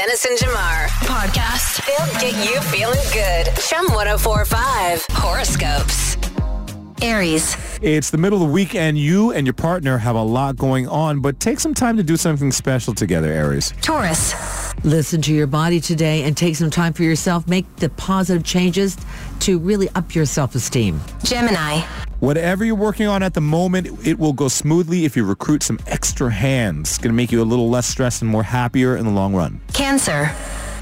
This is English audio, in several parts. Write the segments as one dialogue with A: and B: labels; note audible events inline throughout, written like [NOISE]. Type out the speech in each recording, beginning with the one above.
A: Ennis and Jamar podcast. They'll get you feeling good. Chum 1045 horoscopes. Aries.
B: It's the middle of the week and you and your partner have a lot going on, but take some time to do something special together, Aries.
A: Taurus.
C: Listen to your body today and take some time for yourself. Make the positive changes to really up your self-esteem.
A: Gemini.
B: Whatever you're working on at the moment, it will go smoothly if you recruit some extra hands. It's going to make you a little less stressed and more happier in the long run.
A: Cancer.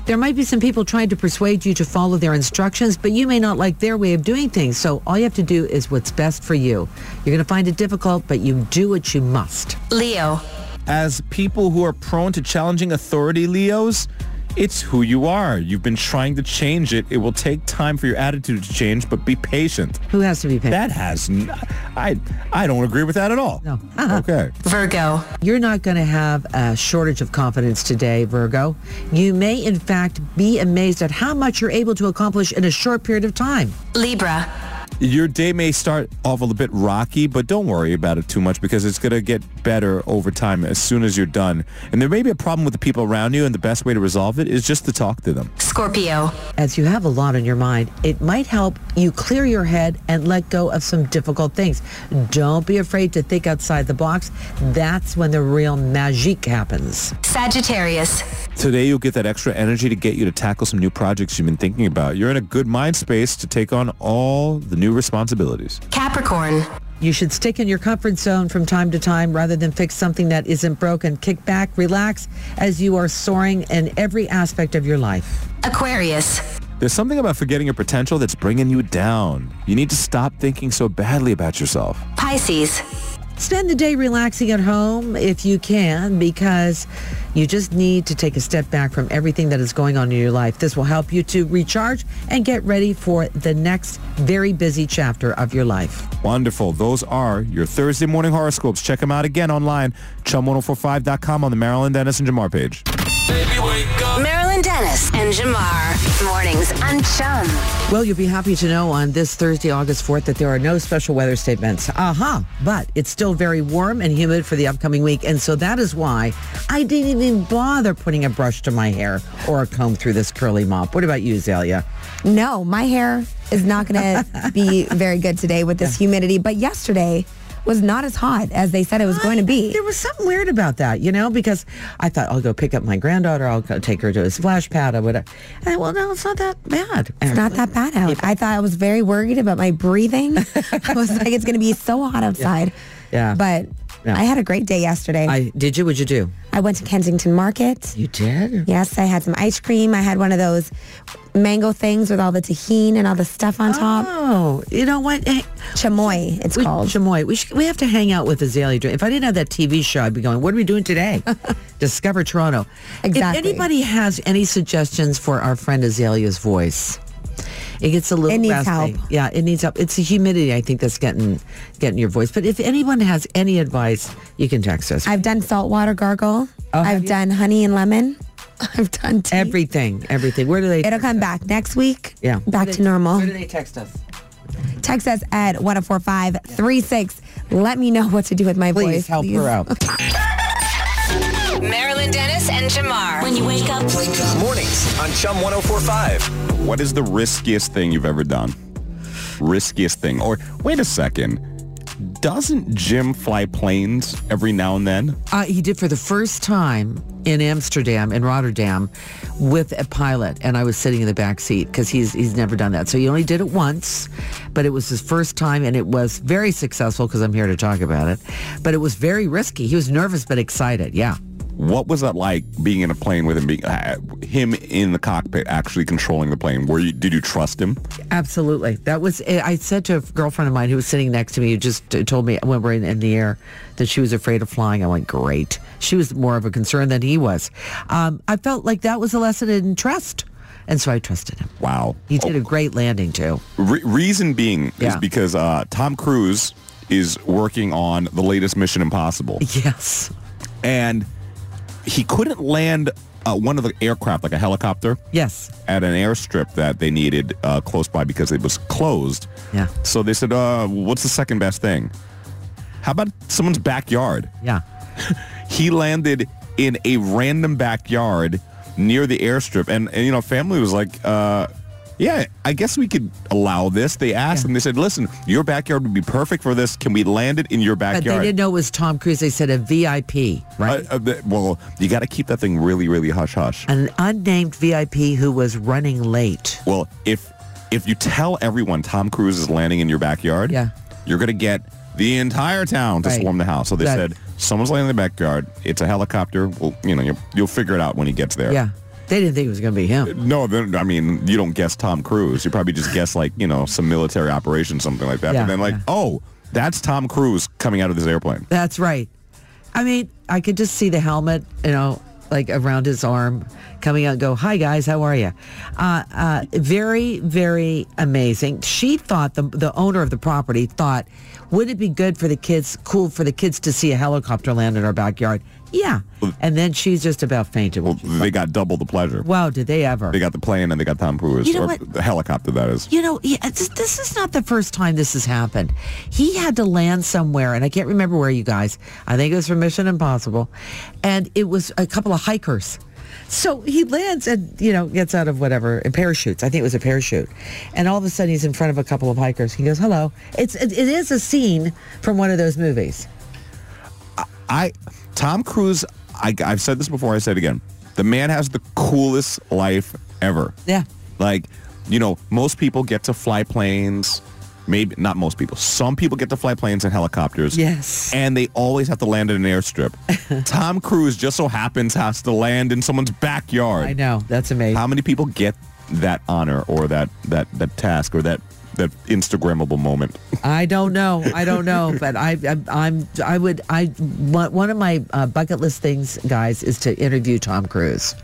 C: There might be some people trying to persuade you to follow their instructions, but you may not like their way of doing things. So all you have to do is what's best for you. You're going to find it difficult, but you do what you must.
A: Leo.
B: As people who are prone to challenging authority, Leos, it's who you are. You've been trying to change it. It will take time for your attitude to change, but be patient.
C: Who has to be paid?
B: That has, n- I, I don't agree with that at all.
C: No.
B: okay.
A: Virgo.
C: You're not going to have a shortage of confidence today, Virgo. You may, in fact, be amazed at how much you're able to accomplish in a short period of time.
A: Libra.
B: Your day may start off a little bit rocky, but don't worry about it too much because it's going to get better over time as soon as you're done. And there may be a problem with the people around you, and the best way to resolve it is just to talk to them.
A: Scorpio.
C: As you have a lot on your mind, it might help you clear your head and let go of some difficult things. Don't be afraid to think outside the box. That's when the real magic happens.
A: Sagittarius.
B: Today, you'll get that extra energy to get you to tackle some new projects you've been thinking about. You're in a good mind space to take on all the new responsibilities.
A: Capricorn.
C: You should stick in your comfort zone from time to time rather than fix something that isn't broken. Kick back, relax as you are soaring in every aspect of your life.
A: Aquarius.
B: There's something about forgetting your potential that's bringing you down. You need to stop thinking so badly about yourself.
A: Pisces.
C: Spend the day relaxing at home if you can because you just need to take a step back from everything that is going on in your life. This will help you to recharge and get ready for the next very busy chapter of your life.
B: Wonderful. Those are your Thursday morning horoscopes. Check them out again online, chum1045.com on the Maryland Dennis and Jamar page.
A: Marilyn Dennis and Jamar. Mornings on Chum.
C: Well, you'll be happy to know on this Thursday, August 4th, that there are no special weather statements. Aha! But it's still very warm and humid for the upcoming week. And so that is why I didn't even bother putting a brush to my hair or a comb through this curly mop. What about you, Zalia?
D: No, my hair is
C: [LAUGHS]
D: not going to be very good today with this humidity. But yesterday was not as hot as they said it was going to be.
C: There was something weird about that, you know, because I thought I'll go pick up my granddaughter, I'll go take her to a splash pad, I would. And I, well, no, it's not that bad.
D: It's not that bad out. I thought I was very worried about
C: [LAUGHS]
D: my breathing. I was like, it's going to be so hot outside.
C: Yeah.
D: But
C: Yeah.
D: I had a great day yesterday. I,
C: I did you? What'd you do?
D: went to Kensington Market.
C: You did.
D: Yes, I had some ice cream. I had one of those mango things with all the tahine and all the stuff on top.
C: Oh, you know what? Hey,
D: Chamoy, it's
C: we,
D: called.
C: Chamoy, we, should, we have to hang out with Azalea. Dr- If I didn't have that TV show, I'd be going, what are we doing
D: [LAUGHS]
C: today? Discover Toronto.
D: Exactly.
C: If anybody has any suggestions for our friend Azalea's voice, it gets a little
D: It needs
C: raspy.
D: help.
C: Yeah, it needs help. It's the humidity, I think, that's getting getting your voice. But if anyone has any advice, you can text us.
D: I've done saltwater gargle.
C: Oh,
D: I've done honey and lemon. [LAUGHS] I've done tea.
C: everything, everything. Where do they?
D: It'll come back next week.
C: Yeah.
D: Back to normal.
C: Where do they text us?
D: Text us at 104536. Let me know what to do with my
C: Please
D: voice.
C: help her out.
A: Marilyn Dennis and Jamar.
E: When you wake up, wake up.
F: Mornings on Chum 1045.
G: What is the riskiest thing you've ever done? Riskiest thing. Or wait a second. Doesn't Jim fly planes every now and then?
C: Uh, he did for the first time in Amsterdam, in Rotterdam, with a pilot, and I was sitting in the back seat because he's he's never done that. So he only did it once, but it was his first time, and it was very successful because I'm here to talk about it. But it was very risky. He was nervous but excited. Yeah.
G: What was that like being in a plane with him being uh, him in the cockpit actually controlling the plane? Were you did you trust him?
C: Absolutely. That was, eh, I said to a girlfriend of mine who was sitting next to me, who just eh, told me when we're in, in the air that she was afraid of flying. I went, great. She was more of a concern than he was. Um, I felt like that was a lesson in trust. And so I trusted him.
G: Wow.
C: He did a great landing too. [LAUGHS]
G: Re- reason being
C: Yeah.
G: is because uh, Tom Cruise is working on the latest Mission Impossible.
C: Yes.
G: and he couldn't land uh, one of the aircraft, like a helicopter,
C: Yes.
G: at an airstrip that they needed uh, close by because it was closed.
C: Yeah.
G: So they said, uh, what's the second best thing? How about someone's backyard?
C: Yeah.
G: He landed in a random backyard near the airstrip. And, and you know, family was like, uh, yeah, I guess we could allow this. They asked
C: Yeah.
G: and they said, listen, your backyard would be perfect for this. Can we land it in your
C: But
G: backyard?
C: they didn't know it was Tom Cruise. They said a VIP, right?
G: Uh, uh, th- well, you got to keep that thing really, really hush hush.
C: An unnamed VIP who was running late.
G: Well, if if you tell everyone Tom Cruise is landing in your backyard,
C: Yeah.
G: you're gonna get the entire town to
C: Right.
G: swarm the house. So they
C: That-
G: said someone's landing in the backyard. It's a helicopter. Well, you know, you'll, you'll figure it out when he gets there.
C: Yeah. They didn't think it was going to be him.
G: No, then, I mean, you don't guess Tom Cruise. You probably just guess like you know some military operation, something like that.
C: Yeah,
G: but then like,
C: yeah.
G: oh, that's Tom Cruise coming out of this airplane.
C: That's right. I mean, I could just see the helmet, you know, like around his arm coming out and go, hi guys, how are you? Uh, uh, very, very amazing. She thought, the, the owner of the property thought, would it be good for the kids, cool for the kids to see a helicopter land in our backyard? Yeah. And then she's just about fainted.
G: Well, they got double the pleasure.
C: Wow, did they ever?
G: They got the plane and they got Tom Cruise,
C: You know
G: or
C: what?
G: the helicopter that is.
C: You know, he, this, this is not the first time this has happened. He had to land somewhere, and I can't remember where, you guys. I think it was for Mission Impossible, and it was a couple of hikers. So he lands and, you know, gets out of whatever, in parachutes. I think it was a parachute. And all of a sudden he's in front of a couple of hikers. He goes, hello. It's, it, it is a scene from one of those movies.
G: I Tom Cruise. I, I've said this before. I say it again. The man has the coolest life ever.
C: Yeah.
G: Like, you know, most people get to fly planes. Maybe not most people. Some people get to fly planes and helicopters.
C: Yes.
G: And they always have to land in an airstrip.
C: [LAUGHS]
G: Tom Cruise just so happens has to land in someone's backyard.
C: I know. That's amazing.
G: How many people get that honor or that that that task or that that Instagrammable moment?
C: I don't know. I
G: [LAUGHS]
C: don't know, but I, I I'm I would I one one of my uh, bucket list things, guys, is to interview Tom Cruise,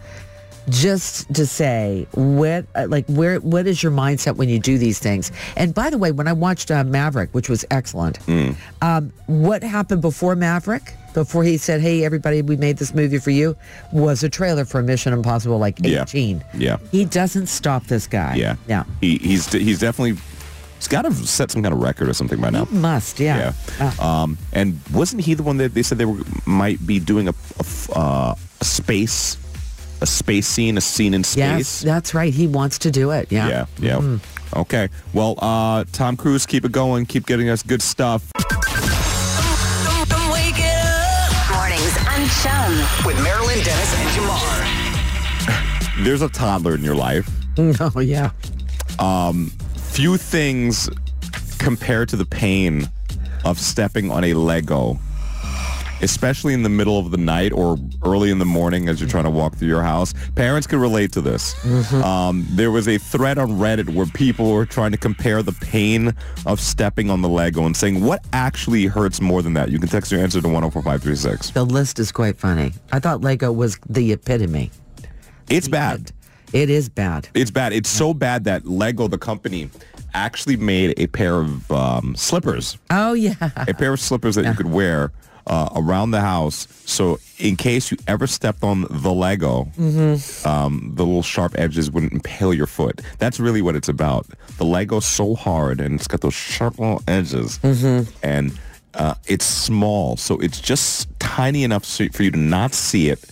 C: just to say what uh, like where what is your mindset when you do these things. And by the way, when I watched uh, Maverick, which was excellent,
G: Hmm.
C: um, what happened before Maverick? Before he said, "Hey, everybody, we made this movie for you," was a trailer for Mission Impossible, like
G: Yeah.
C: eighteen.
G: Yeah.
C: he doesn't stop this guy.
G: Yeah.
C: yeah,
G: He he's he's definitely he's got to set some kind of record or something by now.
C: must. Yeah,
G: Yeah. Um, and wasn't he the one that they said they were might be doing a, a f- uh, a space a space scene, a scene in
C: Yes,
G: space?
C: that's right. He wants to do it. Yeah.
G: yeah, yeah. Okay. Well, uh, Tom Cruise, keep it going. Keep getting us good stuff.
A: Wake it up. Mornings on Chum.
F: With Marilyn, Dennis, and Jamar.
G: There's a toddler in your life.
C: [LAUGHS] Oh, yeah.
G: Few things compare to the pain of stepping on a Lego, especially in the middle of the night or early in the morning as you're trying to walk through your house. Parents can relate to this. Um, there was a thread on Reddit where people were trying to compare the pain of stepping on the Lego and saying what actually hurts more than that. You can text your answer to 104536.
C: The list is quite funny. I thought Lego was the epitome.
G: It's bad.
C: It is bad.
G: It's bad. It's so bad that Lego, the company, actually made a pair of um, slippers.
C: Oh, yeah.
G: a pair of slippers that you could wear uh, around the house. So in case you ever stepped on the Lego, um, the little sharp edges wouldn't impale your foot. That's really what it's about. The Lego's so hard and it's got those sharp little edges. And uh, it's small. So it's just tiny enough so for you to not see it.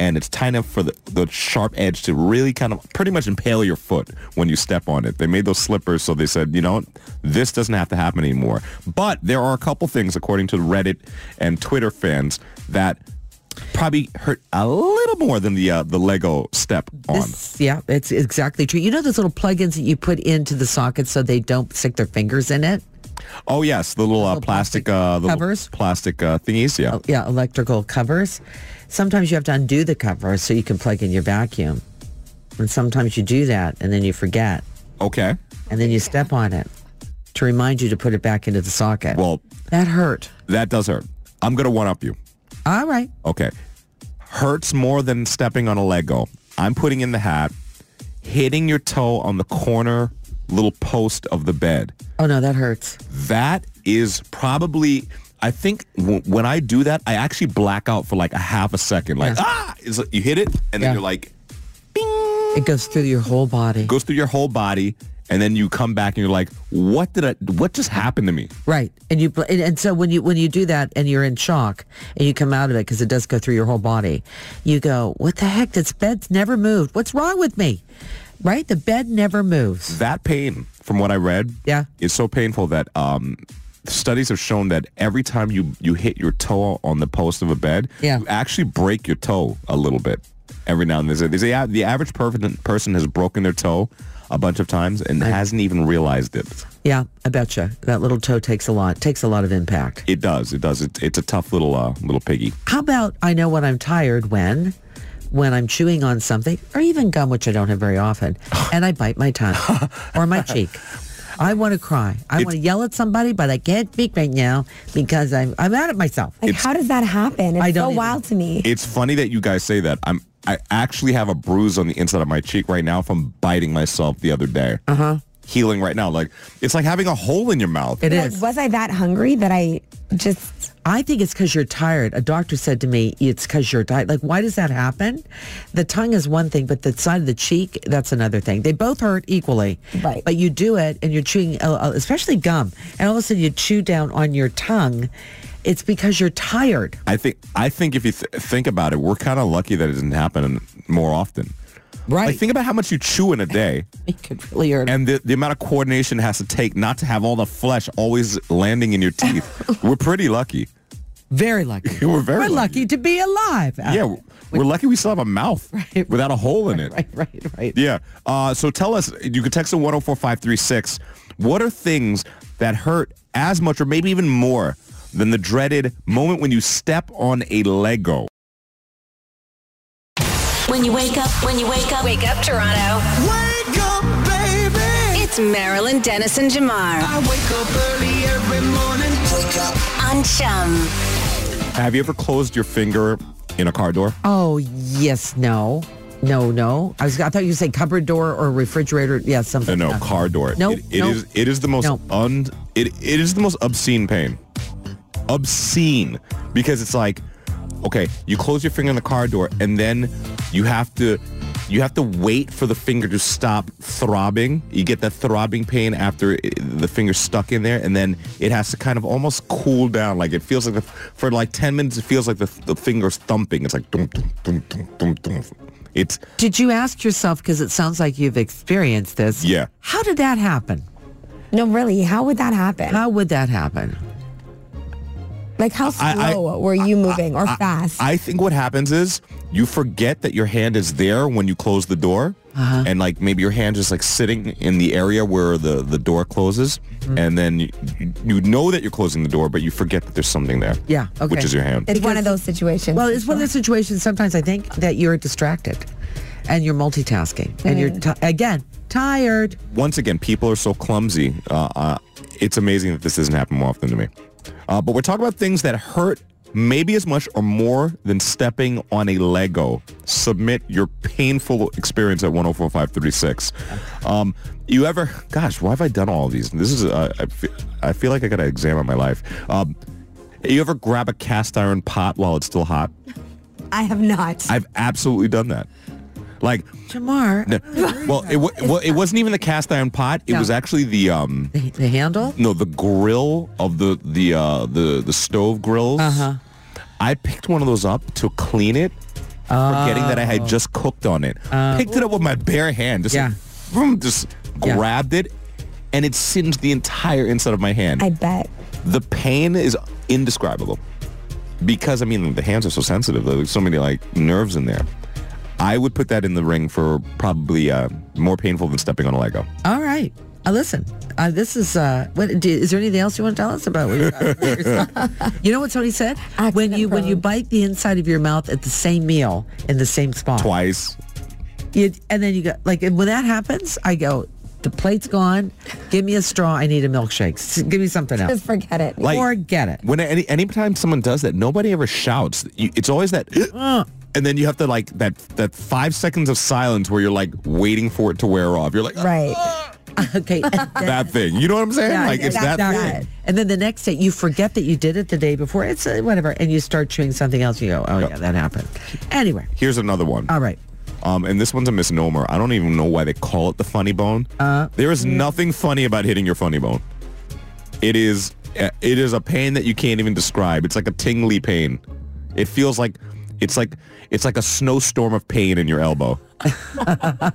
G: And it's tiny enough for the, the sharp edge to really kind of pretty much impale your foot when you step on it. They made those slippers so they said, you know, this doesn't have to happen anymore. But there are a couple things, according to Reddit and Twitter fans, that probably hurt a little more than the uh, the Lego step on.
C: This, yeah, it's exactly true. You know those little plugins that you put into the sockets so they don't stick their fingers in it?
G: oh yes, the little uh,
C: Little plastic
G: plastic uh, the little
C: covers?
G: plastic uh, thingies. Yeah,
C: Yeah, electrical covers. Sometimes you have to undo the cover so you can plug in your vacuum. And sometimes you do that and then you forget.
G: okay.
C: And then you step on it to remind you to put it back into the socket.
G: Well,
C: that hurt.
G: that does hurt. I'm gonna one up you.
C: All right.
G: Okay, hurts more than stepping on a Lego. I'm putting in the hat, hitting your toe on the corner little post of the bed.
C: Oh no, that hurts.
G: that is probably I think w- when I do that, I actually black out for like a half a second. Like
C: Yeah.
G: ah, it's like you hit it, and then
C: Yeah.
G: you're like
C: It goes through your whole body.
G: goes through your whole body, and then you come back and you're like, what did I? What just happened to me?
C: Right, and you and, and so when you when you do that and you're in shock and you come out of it because it does go through your whole body, you go, "What the heck? This bed's never moved. What's wrong with me?" Right, the bed never moves.
G: That pain, from what I read,
C: Yeah.
G: is so painful that um, studies have shown that every time you you hit your toe on the post of a bed,
C: Yeah.
G: you actually break your toe a little bit every now and then. They say, yeah, the average per- person has broken their toe a bunch of times and hasn't even realized it.
C: Yeah, I betcha that little toe takes a lot. Takes a lot of impact.
G: It does. It does. It, it's a tough little uh, little piggy.
C: How about I know when I'm tired when when I'm chewing on something or even gum, which I don't have very often, and I bite my tongue or my cheek. I want to cry. I want to yell at somebody, but I can't speak right now because I'm I'm mad at myself.
D: Like,
G: It's-
D: how does that happen? It's
C: I don't
D: so
C: even-
D: wild to me.
G: It's funny that you guys say that. I'm I actually have a bruise on the inside of my cheek right now from biting myself the other day. Uh
C: Uh-huh.
G: huh. Healing right now. Like it's like having a hole in your mouth.
C: It
D: Like,
C: is.
D: was I that hungry that I just
C: I think it's because you're tired. A doctor said to me, it's because you're tired. Like, why does that happen? The tongue is one thing, but the side of the cheek, that's another thing. They both hurt equally.
D: Right.
C: But you do it and you're chewing, uh, uh, especially gum, and all of a sudden you chew down on your tongue. It's because you're tired.
G: I think I think if you th- think about it, we're kind of lucky that it doesn't happen more often.
C: Right.
G: Like think about how much you chew in a day,
C: it could really hurt.
G: and the, the amount of coordination it has to take not to have all the flesh always landing in your
C: [LAUGHS]
G: teeth. we're pretty lucky. [LAUGHS]
C: Very lucky.
G: We're very
C: We're lucky to be alive.
G: Yeah, we're, we're lucky we still have a mouth
C: Uh, [LAUGHS] Right.
G: without a hole in it.
C: [LAUGHS] Right, right, right.
G: Yeah. Uh, so tell us, you can text to 104536. What are things that hurt as much or maybe even more than the dreaded moment when you step on a Lego?
A: When you wake up, when you wake up, wake up, Toronto.
F: Wake up, baby.
A: It's Marilyn Dennis and Jamar
F: I wake up early every morning. Wake up.
A: on Chum.
G: Have you ever closed your finger in a car door?
C: Oh, yes, no. No, no. I was. I thought you said cupboard door or refrigerator. Yeah,
G: No,
C: something.
G: no,
C: Uh,
G: car door.
C: Nope,
G: It, it
C: nope.
G: is- it is the most
C: Nope.
G: un it, it is the most obscene pain. Obscene because it's like okay, you close your finger in the car door and then you have to you have to wait for the finger to stop throbbing. You get that throbbing pain after i the finger's stuck in there and then it has to kind of almost cool down like it feels like the, for like 10 minutes it feels like the, the finger's thumping. It's like dum, dum, dum, dum, dum, dum. It's
C: Did you ask yourself, because it sounds like you've experienced this,
G: Yeah.
C: how did that happen?
D: no really? How would that happen?
C: How would that happen?
D: like how slow
G: I-
D: were you moving or fast?
G: I think what happens is you forget that your hand is there when you close the door,
C: Uh-huh.
G: and like maybe your hand is like sitting in the area where the the door closes,
C: Mm-hmm.
G: and then you, you- you know that you're closing the door, but you forget that there's something there.
C: Yeah, okay.
G: Which is your hand.
D: it's one of those situations.
C: Well, it's one of those situations sometimes I think that you're distracted and you're multitasking and you're, ti again, tired.
G: Once again, people are so clumsy. Uh, uh, it's amazing that this doesn't happen more often to me. Uh, but we're talking about things that hurt maybe as much or more than stepping on a Lego. Submit your painful experience at 104536. Um, you ever, gosh, why have I done all of these? This is, uh, I, feel, I feel like I got to examine my life. Um, you ever grab a cast iron pot while it's still hot?
D: I have not.
G: I've absolutely done that. Like,
C: Jamar,
G: no, well, it, wa- well, it wasn't even the cast iron pot. It
C: No.
G: was actually the um,
C: the, the handle?
G: no, the grill of the the uh, the the stove grills.
C: Uh-huh.
G: I picked one of those up to clean it, forgetting that I had just cooked on it. picked it up with my bare hand. Just
C: Oh. Uh, Yeah.
G: vroom, just
C: Yeah.
G: grabbed it, and it singed the entire inside of my hand.
D: I bet.
G: the pain is indescribable because I mean the hands are so sensitive. There's so many like nerves in there. I would put that in the ring for probably uh, more painful than stepping on a Lego.
C: All right. Uh, listen, uh, this is, uh, what, do, is there anything else you want to tell us about? What you- you know what Tony said? when you when you
D: prone.
C: bite the inside of your mouth at the same meal in the same spot.
G: Twice.
C: You, and then you go like and when that happens, I go, the plate's gone. Give me a straw. I need a milkshake. S- Give me something else.
D: Just forget it.
G: Like-
C: or
G: [LAUGHS]
C: get it.
G: when any anytime someone does that, nobody ever shouts. You, it's always that, and then you have to like that that five seconds of silence where you're like waiting for it to wear off. You're like
D: right.
C: Okay. [LAUGHS]
G: that thing. You know what I'm saying?
C: Yeah,
G: like it's
D: yeah,
G: that,
D: exactly.
G: thing.
C: and then the next day, you forget that you did it the day before. It's uh, whatever, and you start chewing something else. You go, oh yeah, that happened. Anyway,
G: Here's another one.
C: all right.
G: Um, and this one's a misnomer. I don't even know why they call it the funny bone.
C: Uh-huh.
G: there is nothing funny about hitting your funny bone. It is eh, it is a pain that you can't even describe. It's like a tingly pain. It feels like it's like it's like a snowstorm of pain in your
C: [LAUGHS]
G: elbow.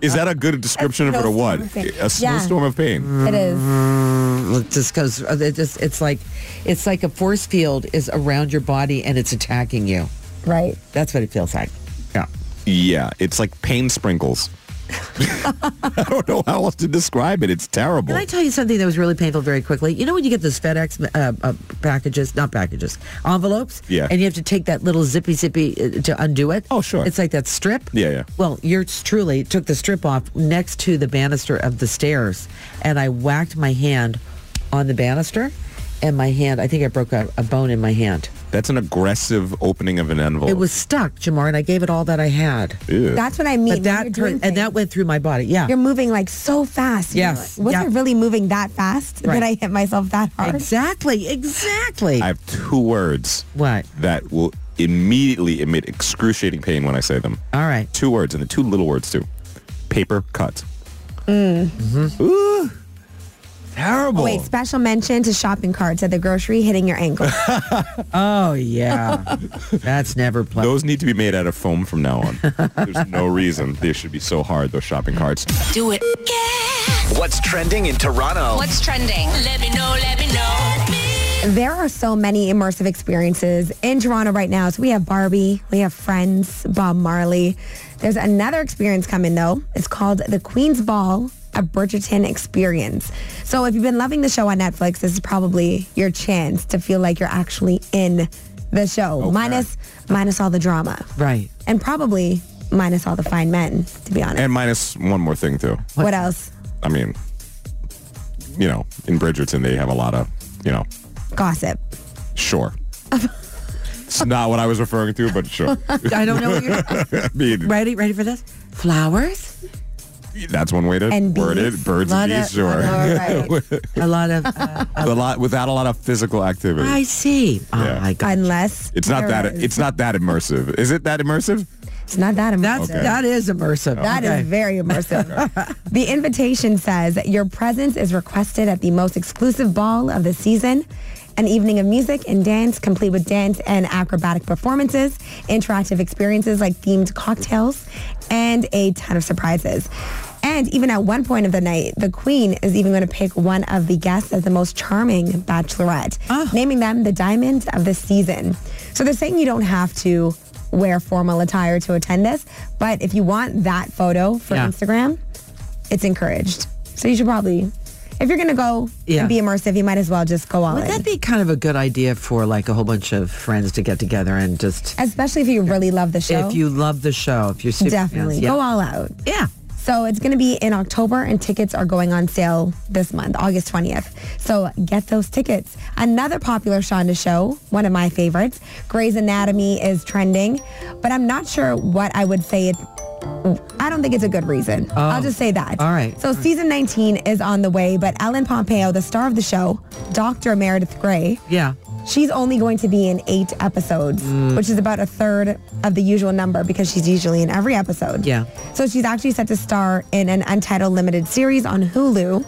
G: is that a good description of it or what?
D: snowstorm of pain.
G: A snowstorm of
C: Mm.
G: pain.
D: It is.
C: It just goes. uh, It just. It's like, it's like a force field is around your body and it's attacking you.
D: Right.
C: That's what it feels like. Yeah.
G: Yeah, it's like pain
C: [LAUGHS]
G: sprinkles. [LAUGHS] I don't know how else to describe it. It's terrible.
C: Can I tell you something that was really painful very quickly? You know when you get those FedEx uh, uh, packages, not packages, envelopes?
G: Yeah.
C: And you have to take that little zippy zippy uh, to undo it?
G: Oh, sure.
C: It's like that strip?
G: Yeah, yeah.
C: Well, yours truly took the strip off next to the banister of the stairs, and I whacked my hand on the banister, and my hand, I think I broke a, a bone in my hand.
G: That's an aggressive opening of an envelope.
C: It was stuck, Jamar, and I gave it all that I had.
G: Oh. Ew.
D: That's what I mean.
C: But that hurt, and that went through my body. Yeah.
D: you're moving like so fast. You're
C: Yes.
D: like, was
C: Yeah.
D: I really moving that fast?
C: Right.
D: Did I hit myself that hard?
C: Exactly, exactly.
G: I have two words
C: what?
G: that will immediately emit excruciating pain when I say them.
C: All right.
G: Two words, and the two little words too. Paper cut. Ooh. Terrible.
D: Wait, special mention to shopping carts at the grocery hitting
C: [LAUGHS]
D: your ankle.
C: Oh [LAUGHS] yeah, that's never played.
G: Those need to be made out of foam from now on.
D: [LAUGHS]
G: There's no reason they should be so hard, those shopping carts.
A: Do it. Yeah.
E: What's trending in Toronto?
A: What's trending? Let me know, let me know.
D: there are so many immersive experiences in Toronto right now. So we have Barbie, we have Friends, Bob Marley. There's another experience coming though. It's called the Queen's Ball, a Bridgerton experience. So if you've been loving the show on Netflix, this is probably your chance to feel like you're actually in the show. Minus minus all the drama.
C: Right.
D: And probably minus all the fine men, to be honest.
G: And minus one more thing too.
D: what else?
G: I mean, you know, in Bridgerton they have a lot of, you know, [LAUGHS]
D: Gossip.
G: sure. it's not what I was referring to, but
D: [LAUGHS]
G: sure. [LAUGHS]
C: I don't know. What [LAUGHS] you're,
G: I mean,
C: ready? Ready for this? Flowers?
G: that's one way to
D: And
G: word
D: bees.
G: it. Birds and bees, sure.
C: A lot of. [LAUGHS] Uh,
G: a lot without a lot of physical activity.
C: I see. Oh
G: Yeah.
C: my god.
D: Unless
G: it's not
D: there
G: that
D: is-
G: it's not that immersive. Is it that immersive?
D: it's not that
C: That's
D: impressive.
C: that is immersive.
D: That is very immersive. the invitation says your presence is requested at the most exclusive ball of the season. An evening of music and dance, complete with dance and acrobatic performances, interactive experiences like themed cocktails, and a ton of surprises. And even at one point of the night, the queen is even going to pick one of the guests as the most charming bachelorette, naming them the diamonds of the season. So they're saying you don't have to wear formal attire to attend this, but if you want that photo for
C: Yeah.
D: Instagram, it's encouraged. So you should probably, if you're going to go
C: Yeah.
D: and be immersive, you might as well just go all
C: Would
D: in.
C: that be kind of a good idea for like a whole bunch of friends to get together and just
D: Especially if you really love the show.
C: if you love the show, if you're super fans,
D: Definitely.
C: yeah.
D: Go all out.
C: yeah.
D: So it's going to be in October and tickets are going on sale this month, August 20th. So get those tickets. Another popular Shonda show, one of my favorites, Grey's Anatomy is trending, but I'm not sure what I would say it I don't think it's a good reason. I'll just say that.
C: Oh. All right.
D: So season 19 is on the way, but Ellen Pompeo, the star of the show, Dr. Meredith Grey,
C: Yeah.
D: She's only going to be in eight episodes,
C: Mm.
D: which is about a third of the usual number because she's usually in every episode.
C: Yeah.
D: So she's actually set to star in an untitled limited series on Hulu.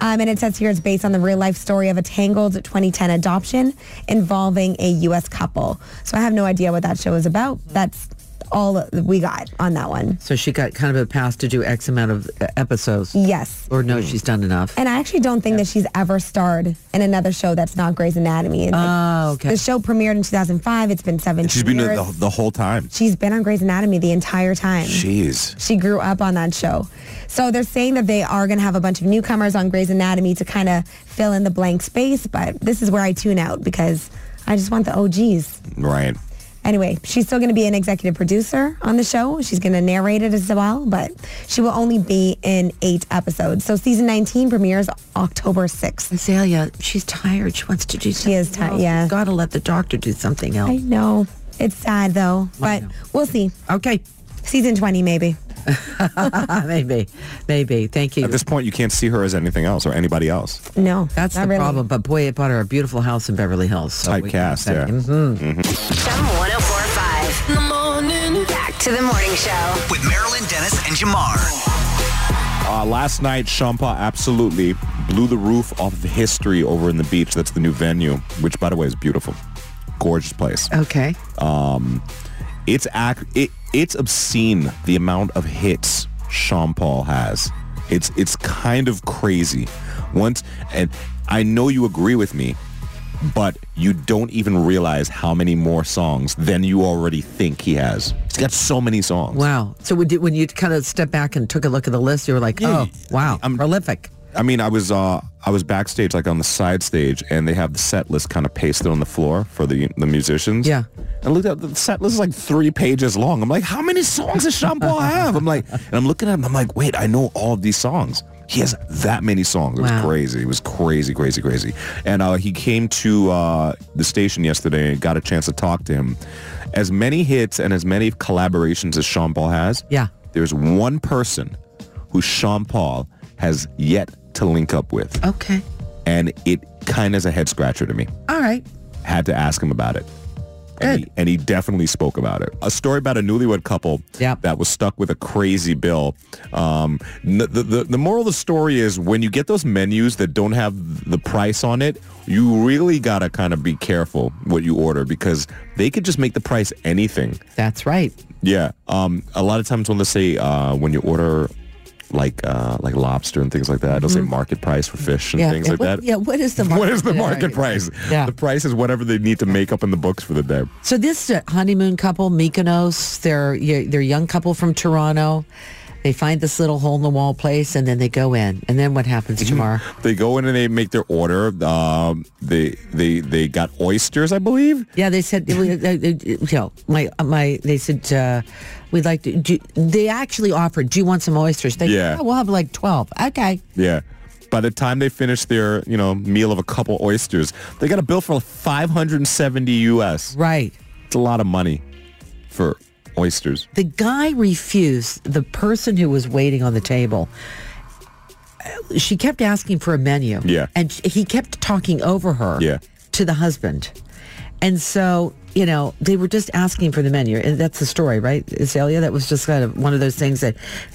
D: Um, and it says here it's based on the real life story of a tangled 2010 adoption involving a U.S. couple. So I have no idea what that show is about. That's all that we got on that one.
C: So she got kind of a pass to do X amount of uh, episodes.
D: Yes.
C: Or no, she's done enough.
D: And I actually don't think that she's ever starred in another show that's not Grey's Anatomy. It's like-
C: Oh, okay.
D: The show premiered in 2005. It's been 17
G: She's been doing
D: years.
G: the, the whole time.
D: She's been on Grey's Anatomy the entire time.
G: Jeez.
D: She grew up on that show. So they're saying that they are going to have a bunch of newcomers on Grey's Anatomy to kind of fill in the blank space, but this is where I tune out because I just want the OGs.
G: Right.
D: Anyway, she's still going to be an executive producer on the show. She's going to narrate it as well, but she will only be in eight episodes. So season 19 premieres October 6th.
C: Azalea, she's tired. She wants to do something.
D: is tired,
C: else.
D: yeah.
C: She's Gotta let the doctor do something
D: I
C: else.
D: know. It's sad though, but
C: know.
D: we'll see.
C: Okay. Ah,
D: Season 20 maybe.
C: maybe. Maybe. Thank you.
G: At this point, you can't see her as anything else or anybody else.
D: No.
C: That's
D: not
C: the
D: really.
C: problem. But boy, it bought her a beautiful house in Beverly Hills. So we- Mm-hmm.
G: Typecast, yeah.
C: Mhm.
A: oh Chum 1045. In the morning. Back to the morning show.
E: With Marilyn Dennis and Jamar.
G: Uh, last night, Shampa absolutely blew the roof off of history over in the beach. That's the new venue, which, by the way, is beautiful. Gorgeous place.
C: Okay.
G: It's ac- it, it's obscene the amount of hits Sean Paul has. It's it's kind of crazy. Once and I know you agree with me, but you don't even realize how many more songs than you already think he has. He's got so many songs.
C: Wow. So when, did, when you kind of stepped back and took a look at the list, you were like,
G: Yeah,
C: oh, wow,
G: I'm-
C: prolific.
G: I mean, I was uh, I was backstage, like on the side stage, and they have the set list kind of pasted on the floor for the the musicians.
C: Yeah.
G: And I looked at the set list is like three pages long. I'm like, how many songs does Sean Paul have? I'm like, and I'm looking at him. I'm like, wait, I know all of these songs. He has that many songs. It was
C: Wow.
G: crazy. It was crazy, crazy, crazy. And uh, he came to uh, the station yesterday and got a chance to talk to him. As many hits and as many collaborations as Sean Paul has,
C: Yeah.
G: there's one person who Sean Paul has yet to link up with.
C: Okay.
G: And it kind of is a head scratcher to me.
C: All right.
G: Had to ask him about it. And he,
C: Good.
G: and he definitely spoke about it. A story about a newlywed couple
C: Yep.
G: that was stuck with a crazy bill. Um, n- the, the, the moral of the story is when you get those menus that don't have the price on it, you really got to kind of be careful what you order because they could just make the price anything.
C: That's right.
G: Yeah. Um, a lot of times when they say uh, when you order like uh, like lobster and things like that, they'll say market price for fish and
C: Mm-hmm. Yeah.
G: things
C: Yeah,
G: like
C: what-
G: that.
C: yeah, what is
G: [LAUGHS]
C: the
G: What is the
C: market
G: market
C: price?
G: price?
C: Yeah.
G: The price is whatever they need to make up in the books for the day.
C: So this uh, honeymoon couple, Mykonos, they're y- they're a young couple from Toronto. They find this little hole in the wall place, and then they go in. And then what happens
G: Mm-hmm.
C: tomorrow?
G: They go in and they make their order. Um, they they they got oysters, I believe.
C: yeah, they said, uh, uh, uh, you know, my my. They said uh, we'd like to. Do, they actually offered, "Do you want some oysters?" They,
G: Yeah.
C: "Yeah, we'll have like twelve. Okay.
G: Yeah. By the time they finish their you know meal of a couple oysters, they got a bill for 570 US.
C: Right.
G: It's a lot of money for oysters.
C: The guy refused. The person who was waiting on the table. uh, She kept asking for a menu.
G: Yeah.
C: And sh- he kept talking over her.
G: Yeah.
C: To the husband, and so you know they were just asking for the menu, and that's the story, right, Azalea? That was just kind of one of those things that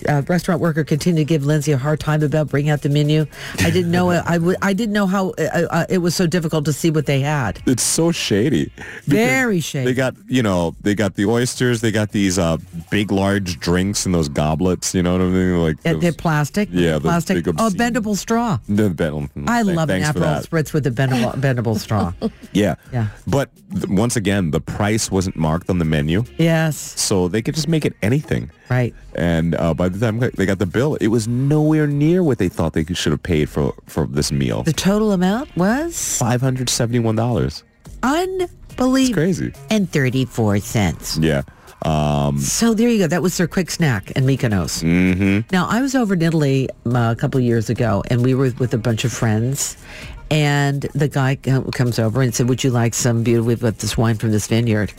C: uh, restaurant worker continued to give Lindsay a hard time about bringing out the menu. I didn't know it. I w- I didn't know how uh, uh, it was so difficult to see what they had.
G: It's so shady.
C: Very shady.
G: They got, you know, they got the oysters. They got these uh, big, large drinks in those goblets. You know what I mean? Like
C: Uh, They're
G: those,
C: plastic.
G: Yeah, those
C: plastic.
G: big
C: Oh,
G: obscene-
C: bendable straw.
G: the ben-
C: I
G: mm, th-
C: love an
G: thanks for
C: Aperol
G: that.
C: spritz with a bendable, bendable
G: [LAUGHS]
C: straw.
G: Yeah,
C: Yeah.
G: But th- once again, the price wasn't marked on the menu,
C: Yes,
G: so they could just make it anything.
C: right.
G: And uh, by the time they got the bill, it was nowhere near what they thought they could- should have paid for for this meal.
C: The total amount was
G: Five hundred seventy-one dollars.
C: unbelievable
G: Crazy.
C: and thirty-four cents.
G: Yeah. Um,
C: So there you go. That was their quick snack in Mykonos. Mm-hmm. Now I was over in Italy um, a couple of years ago, and we were with, with a bunch of friends. And the guy com- comes over and said, "Would you like some beautiful? We've got this wine from this vineyard."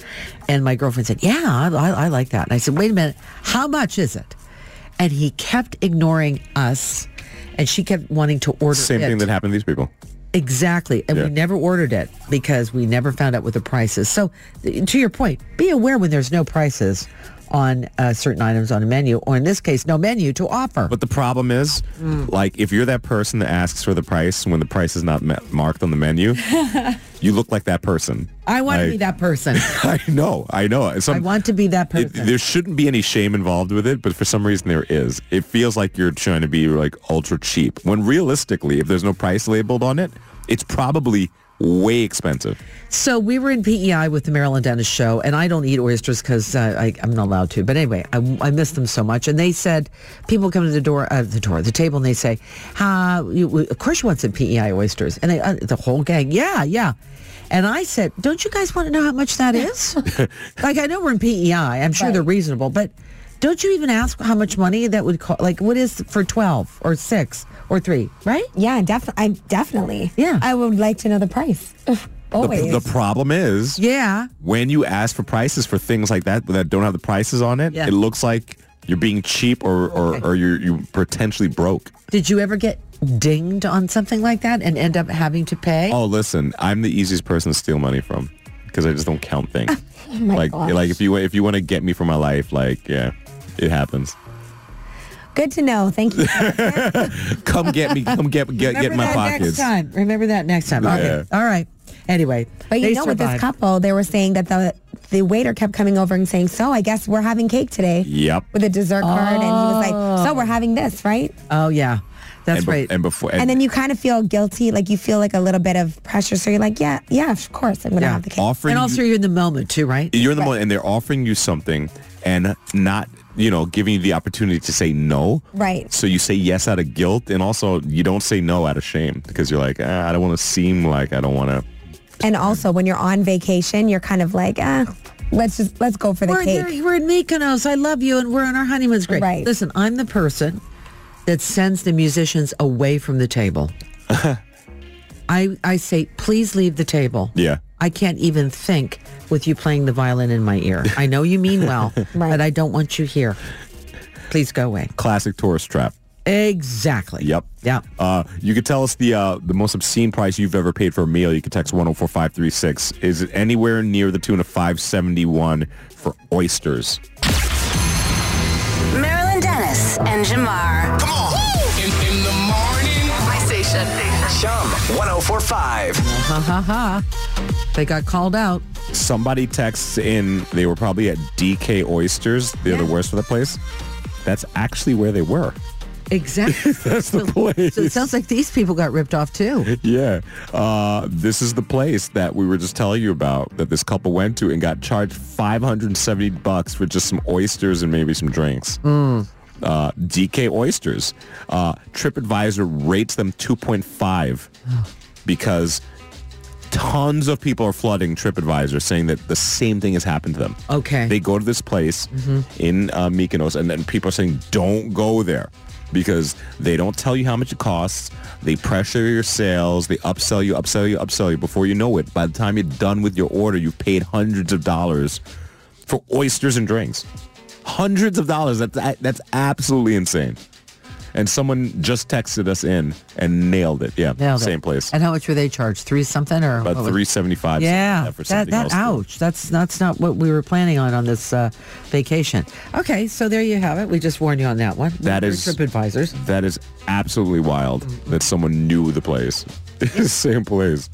C: And my girlfriend said, "Yeah, I, I, I like that." And I said, "Wait a minute, how much is it?" And he kept ignoring us, and she kept wanting to order.
G: same
C: it.
G: thing that happened to these people.
C: Exactly. And
G: Yeah.
C: we never ordered it because we never found out what the price is. So th- to your point, be aware when there's no prices on uh, certain items on a menu, or in this case, no menu to offer.
G: But the problem is,
C: Mm.
G: like, if you're that person that asks for the price when the price is not ma- marked on the
C: [LAUGHS]
G: menu, you look like that person.
C: I want to
G: Like-
C: be
G: [LAUGHS]
C: that person.
G: I know, I know. Some,
C: I want to be that
G: it-
C: person.
G: there shouldn't be any shame involved with it, but for some reason there is. It feels like you're trying to be like ultra cheap. When realistically, if there's no price labeled on it, it's probably way expensive.
C: So we were in PEI with the Maryland Dennis show, and I don't eat oysters because uh, I'm not allowed to. But anyway, I, I miss them so much. And they said, people come to the door, uh, the door, the table, and they say, uh, you, of course you want some PEI oysters. And they, uh, the whole gang, yeah, yeah. And I said, don't you guys want to know how much that is? like, I know we're in PEI. I'm sure they're reasonable, but don't you even ask how much money that would cost? Like, what is for 12 or 6 or 3, right?
D: Yeah, definitely. I definitely.
C: Yeah.
D: I would like to know the price.
G: The,
D: Always.
G: the problem is,
C: Yeah.
G: when you ask for prices for things like that that don't have the prices on it,
C: Yeah.
G: it looks like you're being cheap or, or, or you're, you potentially broke.
C: Did you ever get dinged on something like that and end up having to pay?
G: Oh, listen, I'm the easiest person to steal money from. because I just don't count
D: [LAUGHS]
G: things.
D: Oh my
G: like
D: gosh.
G: like if you if you want to get me for my life, like yeah, it happens.
D: Good to know. Thank you.
G: Come get me. Come get get get
C: Remember
G: in my
C: that Next
G: pockets.
C: time. Remember that next time. Okay. All right. Anyway.
D: But you
C: they
D: know, with this
C: survived.
D: couple, they were saying that the the waiter kept coming over and saying, "So I guess we're having cake today."
G: Yep.
D: With a dessert card, and he was like, "So we're having this, right?"
C: Oh yeah. That's
G: and, be-
C: right.
G: and before
D: And then you kind of feel guilty, like you feel like a little bit of pressure. So you're like, "Yeah, yeah, of course, I'm gonna
C: Yeah.
D: have the cake."
G: offering
C: And also
G: you,
C: you're in the moment too, right?
G: you're in the moment and they're offering you something and not you know giving you the opportunity to say no.
D: Right.
G: So you say yes out of guilt and also you don't say no out of shame because you're like ah, I don't want to seem like I don't want to.
D: And also, when you're on vacation, you're kind of like, "Ah, let's just let's go for the
C: We're,
D: cake."
C: there, we're in Mykonos. I love you, and we're on our honeymoon. It's great.
D: Right.
C: Listen, I'm the person that sends the musicians away from the
D: [LAUGHS]
C: table. I I say, please leave the table.
G: Yeah.
C: I can't even think with you playing the violin in my ear. I know you mean
D: [LAUGHS]
C: well,
D: Right.
C: but I don't want you here. Please go away.
G: Classic tourist trap.
C: Exactly.
G: Yep.
C: Yep.
G: Uh, you could tell us the uh, the most obscene price you've ever paid for a meal. You could text 104536. Is it anywhere near the tune of 571 for oysters?
A: Marilyn Dennis and Jamar.
F: Come on. In, in the morning.
H: My station.
E: Chum 1045.
C: Oh, Ha ha ha. They got called out.
G: Somebody texts in, they were probably at DK Oysters. They're the worst for the place. That's actually where they were. [LAUGHS]
C: Exactly.
G: That's the place.
C: so it sounds like these people got ripped off too.
G: [LAUGHS] Yeah. Uh, this is the place that we were just telling you about that this couple went to and got charged 570 bucks for just some oysters and maybe some drinks.
C: Hmm.
G: Uh, DK Oysters. Uh, TripAdvisor rates them 2.5 because tons of people are flooding TripAdvisor saying that the same thing has happened to them.
C: Okay.
G: They go to this place in uh, Mykonos, and then people are saying, don't go there because they don't tell you how much it costs. They pressure your sales. They upsell you, upsell you, upsell you. Before you know it, by the time you're done with your order, you've paid hundreds of dollars for oysters and drinks. Hundreds of dollars. That's, that's absolutely insane. And someone just texted us in and nailed it. Yeah,
C: Nailed it.
G: same place.
C: And how much were they charged? Three something or
G: About
C: what was-
G: 375
C: Yeah,
G: for
C: that,
G: something else
C: that
G: too.
C: ouch. That's that's not what we were planning on on this uh, vacation. Okay, so there you have it. We just warned you on that one.
G: That
C: That is
G: is-
C: trip advisors.
G: That is absolutely wild that someone knew the place. [LAUGHS] Same place.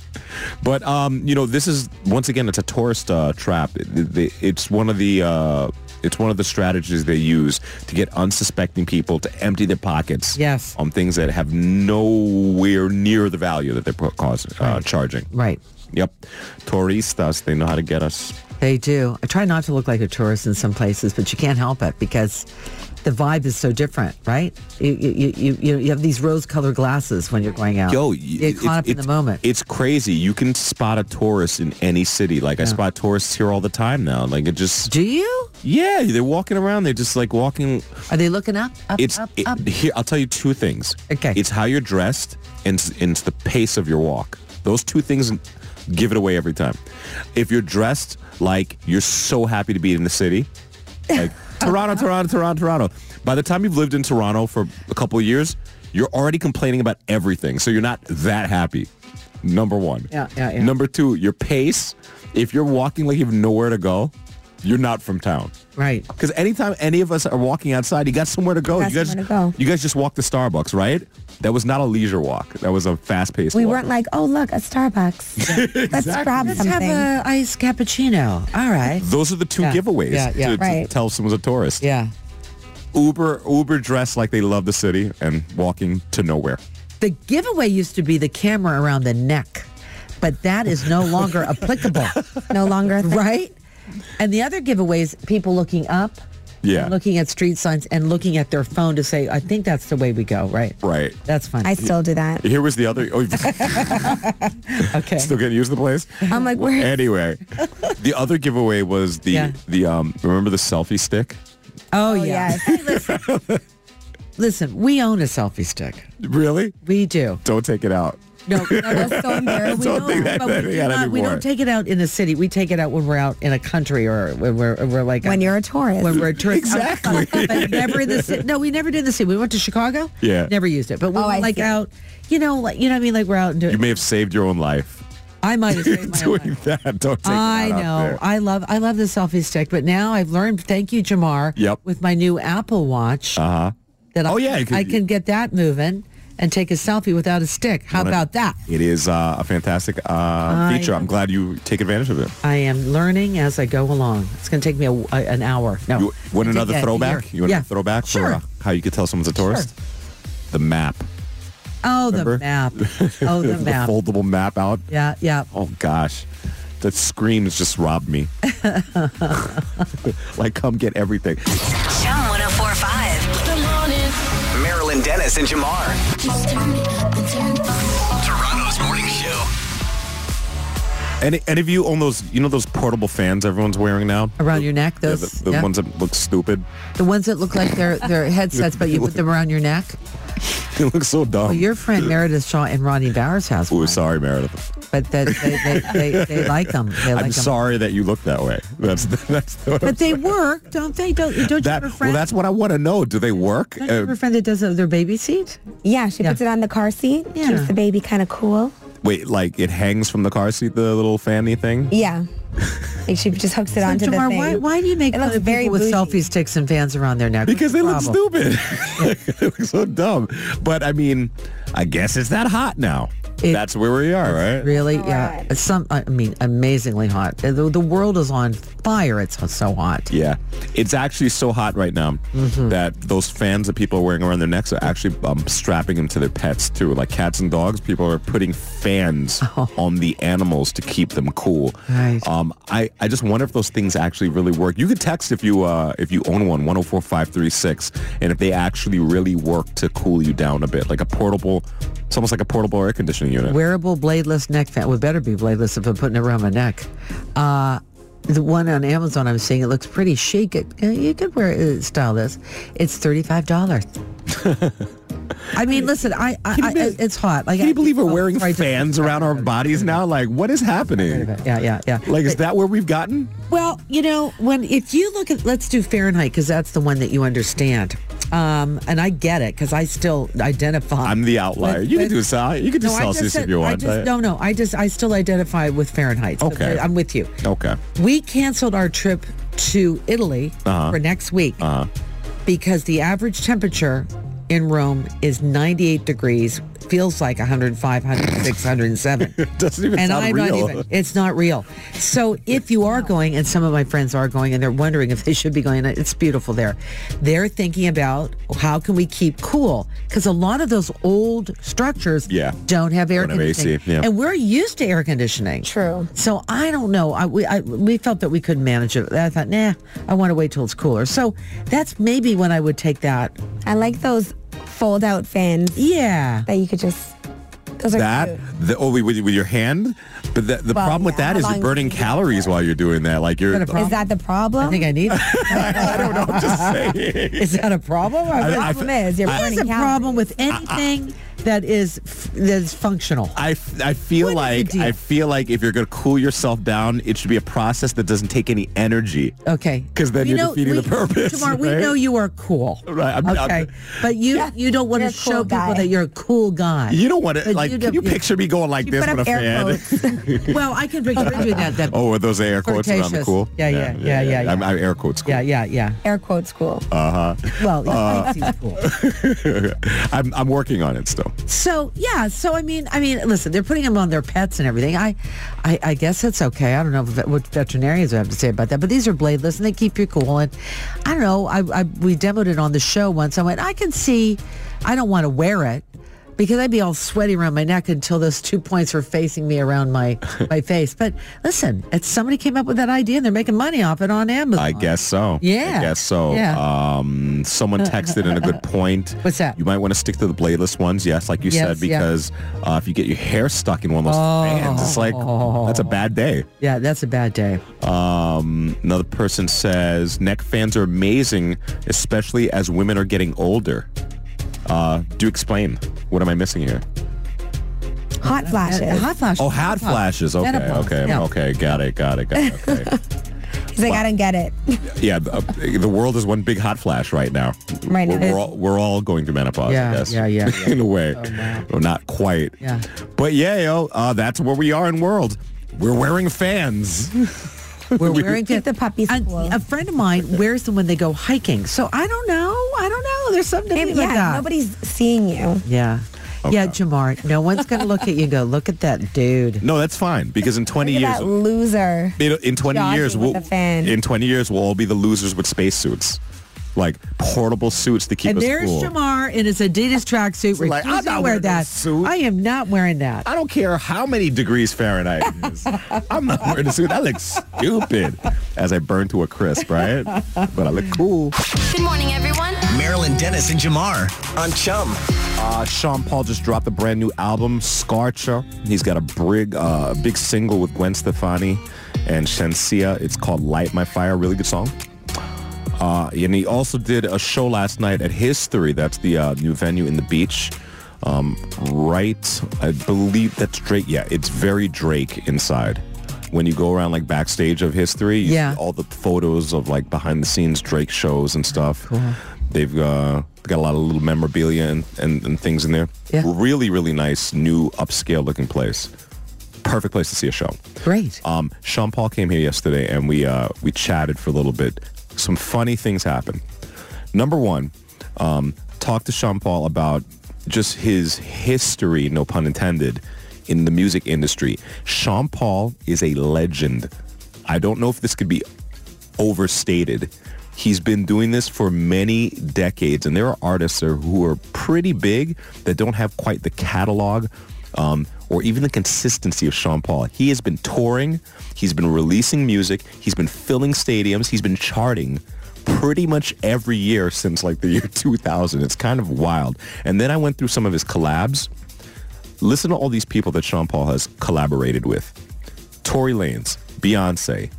G: But, um, you know, this is, once again, it's a tourist uh, trap. It- it- It's one of the... Uh, it's one of the strategies they use to get unsuspecting people to empty their pockets
C: Yes.
G: on things that have nowhere near the value that they're pro- causing, uh, charging.
C: Right,
G: Yep. Touristas, they know how to get us.
C: they do. I try not to look like a tourist in some places, but you can't help it because the vibe is so different, right? You you you you, you have these rose-colored glasses when you're going out.
G: Yo,
C: you
G: y-
C: get caught up in the moment.
G: It's crazy. You can spot a tourist in any city. Like I spot tourists here all the time now. Like it just
C: do you?
G: Yeah, they're walking around. They're just like walking.
C: Are they looking up? Up?
G: It's
C: up?
G: it-
C: up?
G: here. I'll tell you two things.
C: Okay.
G: It's how you're dressed and, s- and it's the pace of your walk. Those two things give it away every time. If you're dressed like you're so happy to be in the city,
C: [LAUGHS]
G: like Toronto, Toronto, Toronto, Toronto. By the time you've lived in Toronto for a couple of years, you're already complaining about everything. So you're not that happy. Number one.
C: Yeah, yeah, yeah.
G: Number two, your pace. If you're walking like you have nowhere to go, you're not from town.
C: right.
G: Because anytime any of us are walking outside, you got somewhere to go.
D: You got
G: guys,
D: somewhere to go.
G: you guys just walked to Starbucks, right? That was not a leisure walk. That was a fast-paced.
D: we
G: walk.
D: weren't like, "Oh, look, a Starbucks. Let's grab
C: Let's
D: something."
C: have a iced cappuccino. All right.
G: Those are the two
C: Yeah,
G: giveaways
C: yeah, yeah.
G: to, to
D: Right.
G: tell if someone's a tourist.
C: Yeah.
G: Uber, Uber dressed like they love the city and walking to nowhere.
C: The giveaway used to be the camera around the neck, but that is no
D: [LAUGHS]
C: longer applicable,
D: no longer, a thing.
C: right? And the other giveaway is people looking up,
G: Yeah.
C: and looking at street signs and looking at their phone to say, I think that's the way we go, right?
G: Right.
C: That's fine.
D: I still do that.
G: Here was the other. [LAUGHS] Oh,
C: [LAUGHS] okay.
G: still getting used to the place.
D: I'm like,
G: Well,
D: where?
G: anyway, the other giveaway was the
C: Yeah.
G: the um. Remember the selfie stick?
C: oh,
D: Oh,
C: yeah. [LAUGHS]
D: yes.
C: Listen, we own a selfie stick.
G: Really?
C: We do.
G: Don't take it out.
C: No, no, no.
D: [LAUGHS] so embarrassing.
C: We
G: Don't
C: don't,
G: think that-
C: but we,
G: that-
C: do
G: yeah, that'd
C: not,
G: be
C: we don't
G: boring.
C: take it out in the city. We take it out when we're out in a country or when we're, we're like
D: when
C: a,
D: you're a tourist.
C: when we're
G: [LAUGHS]
C: tourists.
G: Exactly.
C: [LAUGHS] but never in the city. No, we never did in the city. We went to Chicago.
G: Yeah.
C: Never used it. But we
D: Oh,
C: were
D: I
C: like
D: see.
C: out, you know, like you know what I mean? Like we're out and doing
G: You may have saved your own life. [LAUGHS]
C: I might have saved my own
G: doing
C: life.
G: that. Don't take
C: I
G: that out
C: know.
G: there.
C: I love I love the selfie stick, but now I've learned. Thank you, Jamar.
G: Yep.
C: With my new Apple Watch. Uh huh. That
G: Oh,
C: I,
G: yeah, you could-
C: I can get that moving and take a selfie without a stick. How
G: Wanna-
C: about that?
G: It is uh, a fantastic uh, feature. I'm glad you take advantage of it.
C: I am learning as I go along. It's going to take me a, a- an hour. No.
G: You want
C: Take
G: another
C: a- a
G: throwback?
C: year.
G: You want
C: yeah.
G: a throwback
C: Sure.
G: for uh, how you could tell someone's a tourist? The map.
C: oh,
G: remember? [LAUGHS]
C: the map. Oh, the map.
G: foldable map out.
C: Yeah, yeah.
G: Oh gosh, that screams just robbed
C: [LAUGHS]
G: me. like, come get everything.
A: Chum 1045.
E: Marilyn Dennis and Jamar. Toronto's morning show.
G: Any any of you own those? You know those portable fans everyone's wearing now?
C: Around your neck,
G: Yeah,
C: those
G: the, the
C: yeah.
G: ones that look stupid. [LAUGHS]
C: The ones that look like they're, they're headsets, but you put them around your neck.
G: It looks so dumb.
C: Well, your friend Meredith Shaw and Ronnie Bowers has
G: Ooh,
C: one,
G: sorry, Meredith.
C: but that they, they, they, they like them. They like
G: I'm
C: 'em.
G: sorry that you look that way. That's [LAUGHS] that's the,
C: But they work, don't they? Don't, don't
G: that.
C: you have a
G: Well,
C: friend?
G: that's what I want to know. Do they work?
C: don't you have
G: Uh,
C: a friend that does it with their baby seat?
D: Yeah, she
C: Yeah.
D: puts it on the car seat.
C: Yeah.
D: Keeps the baby kind of cool.
G: wait, like it hangs from the car seat, the little fanny thing.
D: Yeah.
C: [LAUGHS]
D: like she just hooks it onto the
C: Jamar,
D: thing.
C: why, why do you make
D: It
C: fun
D: looks
C: of
D: very
C: people with
D: bougie.
C: selfie sticks and fans around their neck?
G: Because they look
C: What's the problem?
G: stupid. [LAUGHS] they look so dumb. But I mean, I guess it's that hot now.
C: It-
G: That's where we are, right?
C: Really? Yeah. It's Some, I mean, amazingly hot. The, the world is on fire. It's so hot.
G: yeah. It's actually so hot right now
C: Mm-hmm.
G: that those fans that people are wearing around their necks are actually um, strapping them to their pets too. Like cats and dogs, people are putting
C: [LAUGHS]
G: fans on the animals to keep them cool.
C: Oh. Right.
G: Um, I, I just wonder if those things actually really work. You could text if you uh, if you own one, 104536, and if they actually really work to cool you down a bit. Like a portable, it's almost like a portable air conditioning unit.
C: Wearable bladeless neck fan. Would better be bladeless if I'm putting it around my neck. Uh, the one on Amazon I'm seeing, it looks pretty chic. It, uh, you could wear it, style this.
G: [LAUGHS]
C: It's $35. I mean, listen, I, I, I
G: believe-
C: it's hot. Like,
G: Can
C: I
G: you believe we're
C: oh,
G: wearing
C: sorry, just-
G: fans around our bodies now? Like, what is happening?
C: Yeah, yeah, yeah.
G: Like, is that where we've gotten?
C: Well, you know, when if you look at let's do Fahrenheit because that's the one that you understand, um, and I get it because I still identify.
G: I'm the outlier.
C: with-
G: You can
C: with-
G: do Celsius. You can do
C: No, I just
G: Celsius if
C: said-
G: you
C: I
G: want.
C: just- no, no, I just I still identify with Fahrenheit. So
G: Okay.
C: I'm with you.
G: Okay.
C: We canceled our trip to Italy for next week because the average temperature in Rome is 98 degrees. Feels like 105, 106, 107.
G: Doesn't even
C: and
G: sound
C: I'm
G: real.
C: not even. It's not real. So if you are going, and some of my friends are going, and they're wondering if they should be going, it's beautiful there. They're thinking about how can we keep cool because a lot of those old structures
G: Yeah.
C: don't have air
G: Don't have AC,
C: conditioning,
G: yeah.
C: and we're used to air conditioning.
D: True.
C: So I don't know. I, we I, we felt that we couldn't manage it. I thought, nah, I want to wait till it's cooler. So that's maybe when I would take that.
D: I like those fold out fans
C: Yeah.
D: that you could just. Those
G: [LAUGHS]
D: are
G: That
D: cute.
G: the, oh, with, with your hand, but the, the
D: Well,
G: problem with
D: yeah,
G: that is
D: how
G: you're
D: long
G: burning
D: can you do
G: calories while you're doing that. Like you're,
C: Is that a problem?
D: Is that the problem?
C: I think I need.
G: I don't know. [LAUGHS] I'm
C: [LAUGHS]
G: just saying.
C: is that a problem? I,
D: the problem is you're
C: What
D: burning
C: is a
D: calories.
C: problem with anything that is f- that is functional?
G: I, f- I feel
C: What is the
G: like
C: deal?
G: I feel like if you're gonna cool yourself down, it should be a process that doesn't take any energy.
C: Okay.
G: 'Cause then
C: We
G: you're defeating
C: we,
G: the purpose,
C: Jamar, we
G: right?
C: know you are cool.
G: Right, I'm- I'm-
C: okay. but you you don't want
D: You're
C: to
D: a
C: show
D: cool
C: people
D: guy.
C: that you're a cool guy.
G: You don't want to
C: But
G: like.
C: you
G: can you
C: don't-
G: picture me going like
D: You
G: this
D: put up
G: with a
D: air
G: fan?
D: quotes.
C: well, I can picture you doing that. that
G: [LAUGHS] Oh, are those air quotes around the
C: Flirtatious.
G: cool?
C: Yeah, yeah, yeah, yeah, yeah.
G: I'm, I'm air quotes cool.
C: Yeah, yeah, yeah.
D: Air quotes cool.
C: Well, he
G: Uh,
C: thinks he's cool.
G: I'm, I'm working on it still.
C: So yeah, so I mean, I mean, listen, they're putting them on their pets and everything. I, I, I guess it's okay. I don't know if- what veterinarians have to say about that, but these are bladeless and they keep you cool. And I don't know. I, I we demoed it on the show once. I went, I can see. I don't want to wear it because I'd be all sweaty around my neck until those two points were facing me around
G: [LAUGHS]
C: my my face. But listen, it's, somebody came up with that idea and they're making money off it on Amazon.
G: I guess so.
C: Yeah.
G: I guess so.
C: Yeah.
G: Um, someone texted in a
C: [LAUGHS]
G: good point.
C: What's that?
G: You might want to stick to the bladeless ones, yes, like you
C: Yes,
G: said,
C: yeah.
G: because uh, if you get your hair stuck in one of those fans, it's like,
C: Oh.
G: that's a bad day.
C: yeah, that's a bad day.
G: Um, another person says, neck fans are amazing, especially as women are getting older. Uh, do explain. What am I missing here?
D: Hot flashes.
C: Uh, Hot flash.
G: Oh, hot Oh, flashes. Okay,
C: Menopause,
G: okay, [LAUGHS]
C: yeah.
G: okay. Got it, got it, got it. Okay.
D: He's like, I don't get it.
G: Yeah, the, uh, the world is one big hot flash right now.
D: Right
G: we're,
D: now.
G: we're all, we're all going through menopause.
C: Yeah,
G: I guess.
C: yeah, yeah, yeah.
G: [LAUGHS]
C: Oh,
G: in a way, well, not quite.
C: Yeah.
G: But yeah, yo, uh, that's where we are in world. We're wearing fans.
C: We're wearing
D: [LAUGHS] Keep the puppies
C: a,
D: cool.
C: a friend of mine wears them when they go hiking. So I don't know. I don't know. There's something to
D: And
C: be like
D: yeah,
C: that.
D: nobody's seeing you.
C: yeah. Yeah, Jamar. No one's going to look at you and go, look at that dude.
G: No, that's fine because in twenty
D: Look at
G: years,
D: that loser.
G: it- in twenty
D: jogging
G: years,
D: with
G: we'll
D: a fan.
G: in twenty years we'll all be the losers with spacesuits, like portable suits to keep
C: And
G: us
C: there's
G: cool.
C: Jamar in his Adidas tracksuit.
G: Like,
C: Refusing
G: I'm
C: to
G: not
C: wear
G: wearing
C: that.
G: this suit.
C: I am not wearing that.
G: I don't care how many degrees Fahrenheit it
C: [LAUGHS]
G: is. I'm not wearing a suit. I look stupid as I burn to a crisp, right? But I look cool.
A: Good morning, everyone.
E: Marilyn Dennis and Jamar on Chum.
G: Uh, Sean Paul just dropped the brand new album, Scarcha. He's got a big, uh, big single with Gwen Stefani and Shensia. It's called Light My Fire. Really good song. Uh, and he also did a show last night at History. That's the uh, new venue in the beach. Um, right, I believe that's Drake. Yeah, it's very Drake inside. When you go around like backstage of History, you
C: Yeah.
G: see all the photos of like behind the scenes Drake shows and stuff. They've uh, got a lot of little memorabilia and, and, and things in there.
C: Yeah.
G: Really, really nice, new, upscale looking place. Perfect place to see a show.
C: Great.
G: Um, Sean Paul came here yesterday and we uh, we chatted for a little bit. Some funny things happened. Number one, um, talked to Sean Paul about just his history, no pun intended, in the music industry. Sean Paul is a legend. I don't know if this could be overstated. He's been doing this for many decades, and there are artists are- who are pretty big that don't have quite the catalog um, or even the consistency of Sean Paul. He has been touring, he's been releasing music, he's been filling stadiums, he's been charting pretty much every year since like the year [LAUGHS] 2000. It's kind of wild. And then I went through some of his collabs. Listen to all these people that Sean Paul has collaborated with. Tory Lanez, Beyonce,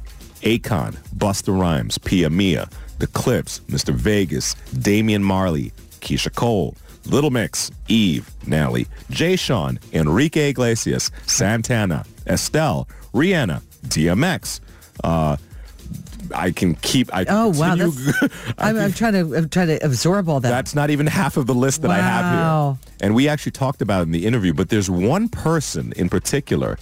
G: Akon, Busta Rhymes, Pia Mia, The Clips, Mr. Vegas, Damian Marley, Keisha Cole, Little Mix, Eve, Nally, Jay Sean, Enrique Iglesias, Santana, Estelle, Rihanna, DMX. Uh, I can keep. I can
C: Oh wow!
G: continue- [LAUGHS]
C: That's, I'm, I'm trying to I'm trying to absorb all that.
G: That's not even half of the list that I have
C: Wow.
G: here. And we actually talked about it in the interview, but there's one person in particular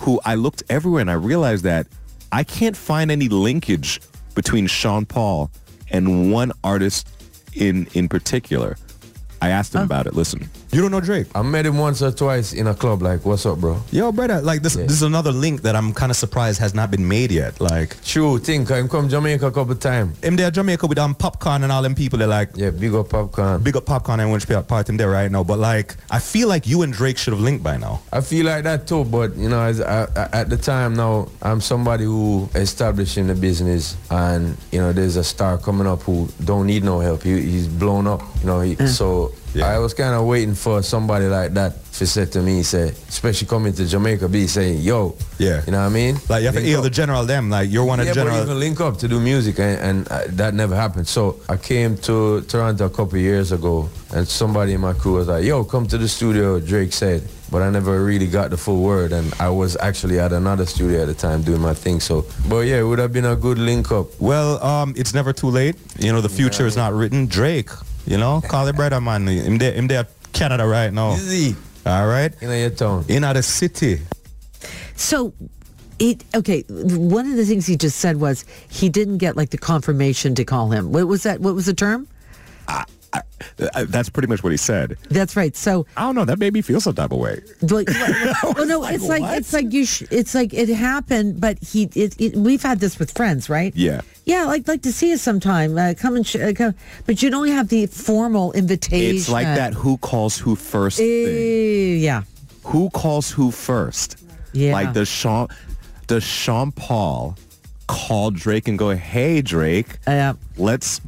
G: who I looked everywhere and I realized that I can't find any linkage between Sean Paul and one artist in in particular. I asked him about it. Listen. You don't know Drake.
H: I met him once or twice in a club. Like, what's up, bro?
I: Yo, brother, like this, this is another link that I'm kind of surprised has not been made yet. Like,
H: True, think I'm come Jamaica a couple time.
I: him there Jamaica with um, popcorn and all them people, they're like,
H: Yeah, big up popcorn.
I: big up popcorn and Winch part him there right now. But like, I feel like you and Drake should have linked by now.
H: I feel like that too, but you know, as I, I, at the time now, I'm somebody who established in the business, and you know, there's a star coming up who don't need no help. He, he's blown up, you know. He, So I was kind of waiting for somebody like that to say to me, say, especially coming to Jamaica, be saying, "Yo,
I: Yeah.
H: you know what I mean?"
I: Like, you have to
H: Link
I: heal
H: up.
I: the general them. Like, you're one of
H: Yeah,
I: the
H: but
I: general.
H: even link up to do music, and, and uh, that never happened. So I came to Toronto a couple of years ago, and somebody in my crew was like, "Yo, come to the studio," Drake said. But I never really got the full word, and I was actually at another studio at the time doing my thing. So, but yeah, it would have been a good link up.
I: Well, um, it's never too late. You know, the future is not written. Drake, you know, call it brother, man. Him there, him there, Canada right now.
H: Easy
I: All right.
H: in your town.
I: In other city.
C: So it okay. One of the things he just said was he didn't get like the confirmation to call him. What was that? What was the term?
G: Uh, That's pretty much what he said.
C: That's right. So
G: I don't know. That made me feel some type of way. [LAUGHS]
C: like, oh no, it's like
G: what?
C: it's like you. Sh- it's like it happened, but he. It, it, we've had this with friends, right?
G: Yeah.
C: Yeah, like like to see us sometime. Uh, come and sh- uh, come, but you don't have the formal invitation.
G: It's like that who calls who first thing.
C: Eh, yeah.
G: who calls who first?
C: Yeah.
G: Like does Sean does Sean Paul call Drake and go, Hey Drake,
C: Yeah.
G: let's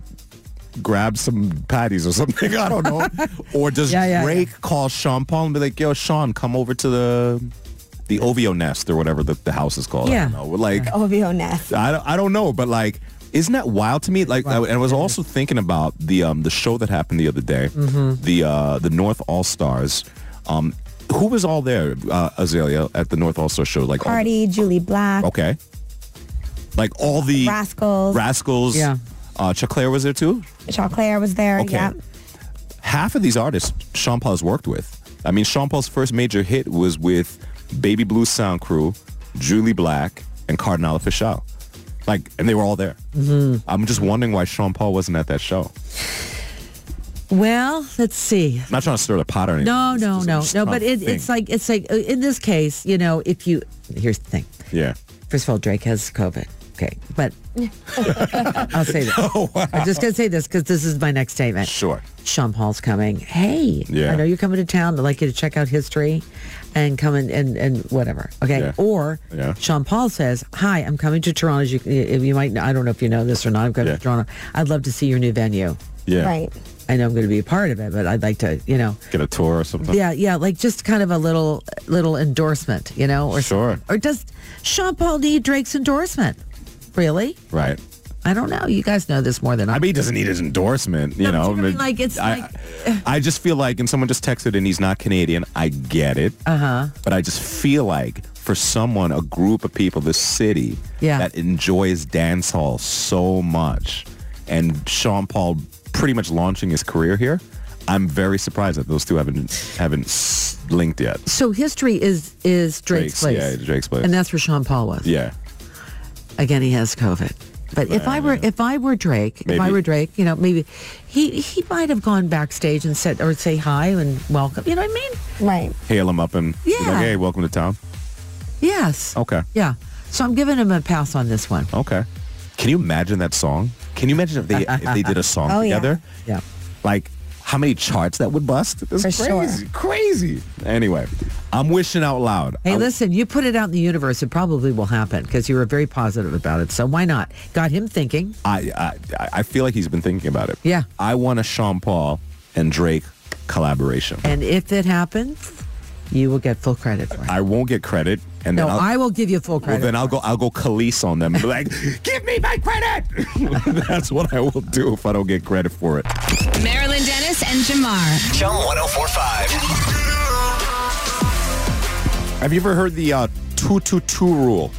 G: grab some patties or something. [LAUGHS] I don't
C: [LAUGHS]
G: know. or does
C: Yeah, yeah,
G: Drake call Sean Paul and be like, Yo, Sean, come over to the the OVO nest or whatever the, the house is called. I
C: Yeah.
G: don't know. Like
D: OVO Nest.
G: I don't, I don't know, but like, isn't that wild to me? Like, I, and I was also thinking about the um the show that happened the other day, the uh the North All Stars. Um, who was all Oh. there, uh, Azalea, at the North All Star show? Like, all-
D: Cardi, Julie Black.
G: okay, Like all the
D: Rascals.
G: Rascals.
C: Yeah.
G: Uh, Chaclair was there too.
D: Chauclair was there.
G: Okay.
D: Yeah.
G: Half of these artists Sean Paul's worked with. I mean, Sean Paul's first major hit was with Baby Blue Sound Crew, Julie Black, and Cardinal Fischel. Like, and they were all there.
C: Mm-hmm.
G: I'm just wondering why Sean Paul wasn't at that show.
C: Well, let's see.
G: I'm not trying to stir the pot or anything.
C: No,
G: It's
C: no,
G: just-
C: no,
G: just
C: no.
G: trying
C: But
G: to
C: it,
G: think.
C: it's like it's like uh, in this case, you know, if you here's the thing.
G: yeah.
C: First of all, Drake has COVID. Okay,
G: [LAUGHS]
C: but I'll say this.
G: Oh,
C: I'm just gonna say this because this is my next statement.
G: Sure.
C: Sean Paul's coming. Hey,
G: Yeah.
C: I know you're coming to town. I'd like you to check out history and come in and, and whatever. Okay.
G: Yeah.
C: Or
G: Yeah.
C: Sean Paul says, hi, I'm coming to Toronto. As you, you might, I don't know if you know this or not. I'm coming
G: Yeah.
C: to Toronto. I'd love to see your new venue.
G: Yeah.
D: Right.
C: I know I'm going to be a part of it, but I'd like to, you know.
G: Get a tour or something.
C: Yeah, yeah, like just kind of a little little endorsement, you know, or
G: Sure.
C: something. Or does Sean Paul need Drake's endorsement? Really?
G: Right.
C: I don't know. You guys know this more than I.
G: I mean, he doesn't need his endorsement, you know.
C: No, but you know what I mean?
G: but
C: Like, it's
G: I,
C: like-
G: I just feel like, and someone just texted, and he's not Canadian. I get it. Uh huh.
C: Uh-huh.
G: But I just feel like for someone, a group of people, this city
C: Yeah.
G: that enjoys dance hall so much, and Sean Paul pretty much launching his career here, I'm very surprised that those two haven't haven't linked yet.
C: so history is is
G: Drake's,
C: Drake's, place.
G: yeah, Drake's place.
C: and that's where Sean Paul was.
G: Yeah.
C: Again, he has COVID. But if I were if I were Drake, if I
G: Maybe.
C: were Drake, you know, maybe he he might have gone backstage and said or say hi and welcome. You know what I mean?
D: Right.
G: Hail him up and be like,
C: Yeah.
G: hey, welcome to town.
C: Yes.
G: Okay.
C: Yeah. So I'm giving him a pass on this one.
G: Okay. Can you imagine that song? Can you imagine if they if they did a
C: [LAUGHS]
G: song
D: Oh, yeah.
G: together?
C: Yeah.
G: Like how many charts that would bust? That's
D: For sure.
G: crazy. Crazy. Anyway, I'm wishing out loud.
C: Hey,
G: I-
C: listen, you put it out in the universe, it probably will happen because you were very positive about it. So why not? Got him thinking.
G: I, I I- I feel like he's been thinking about it.
C: Yeah.
G: I want a Sean Paul and Drake collaboration.
C: And if it happens, you will get full credit for it.
G: I won't get credit, and
C: no,
G: then I'll,
C: I will give you full
G: well,
C: credit.
G: then I'll go I'll go Khalees on them and be
C: [LAUGHS]
G: like, give me my credit. [LAUGHS] That's what I will do if I don't get credit for it.
A: Marilyn Dennis and Jamar.
E: Chum 1045.
G: Have you ever heard the uh, 222 rule?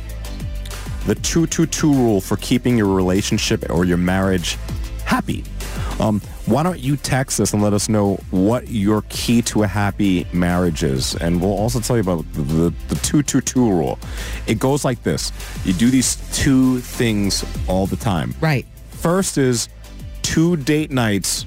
G: The 222 rule for keeping your relationship or your marriage happy. Um, why don't you text us and let us know what your key to a happy marriage is? And we'll also tell you about the, the, the 222 rule. It goes like this. You do these two things all the time.
C: right.
G: First is two date nights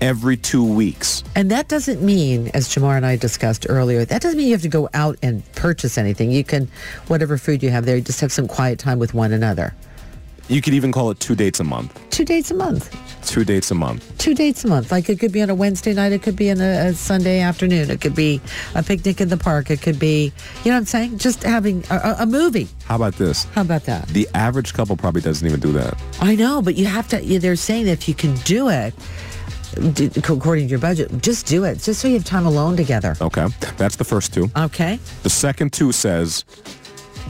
G: every two weeks.
C: And that doesn't mean, as Jamar and I discussed earlier, that doesn't mean you have to go out and purchase anything. You can, whatever food you have there, you just have some quiet time with one another.
G: You could even call it two dates a month.
C: Two dates a month.
G: Two dates a month.
C: Two dates a month. Like it could be on a Wednesday night. It could be on a, a Sunday afternoon. It could be a picnic in the park. It could be, you know what I'm saying? Just having a, a, a movie.
G: How about this?
C: How about that?
G: The average couple probably doesn't even do that.
C: I know, but you have to. you- They're saying that if you can do it, d- according to your budget, just do it, just so you have time alone together.
G: Okay. That's the first two.
C: Okay.
G: The second two says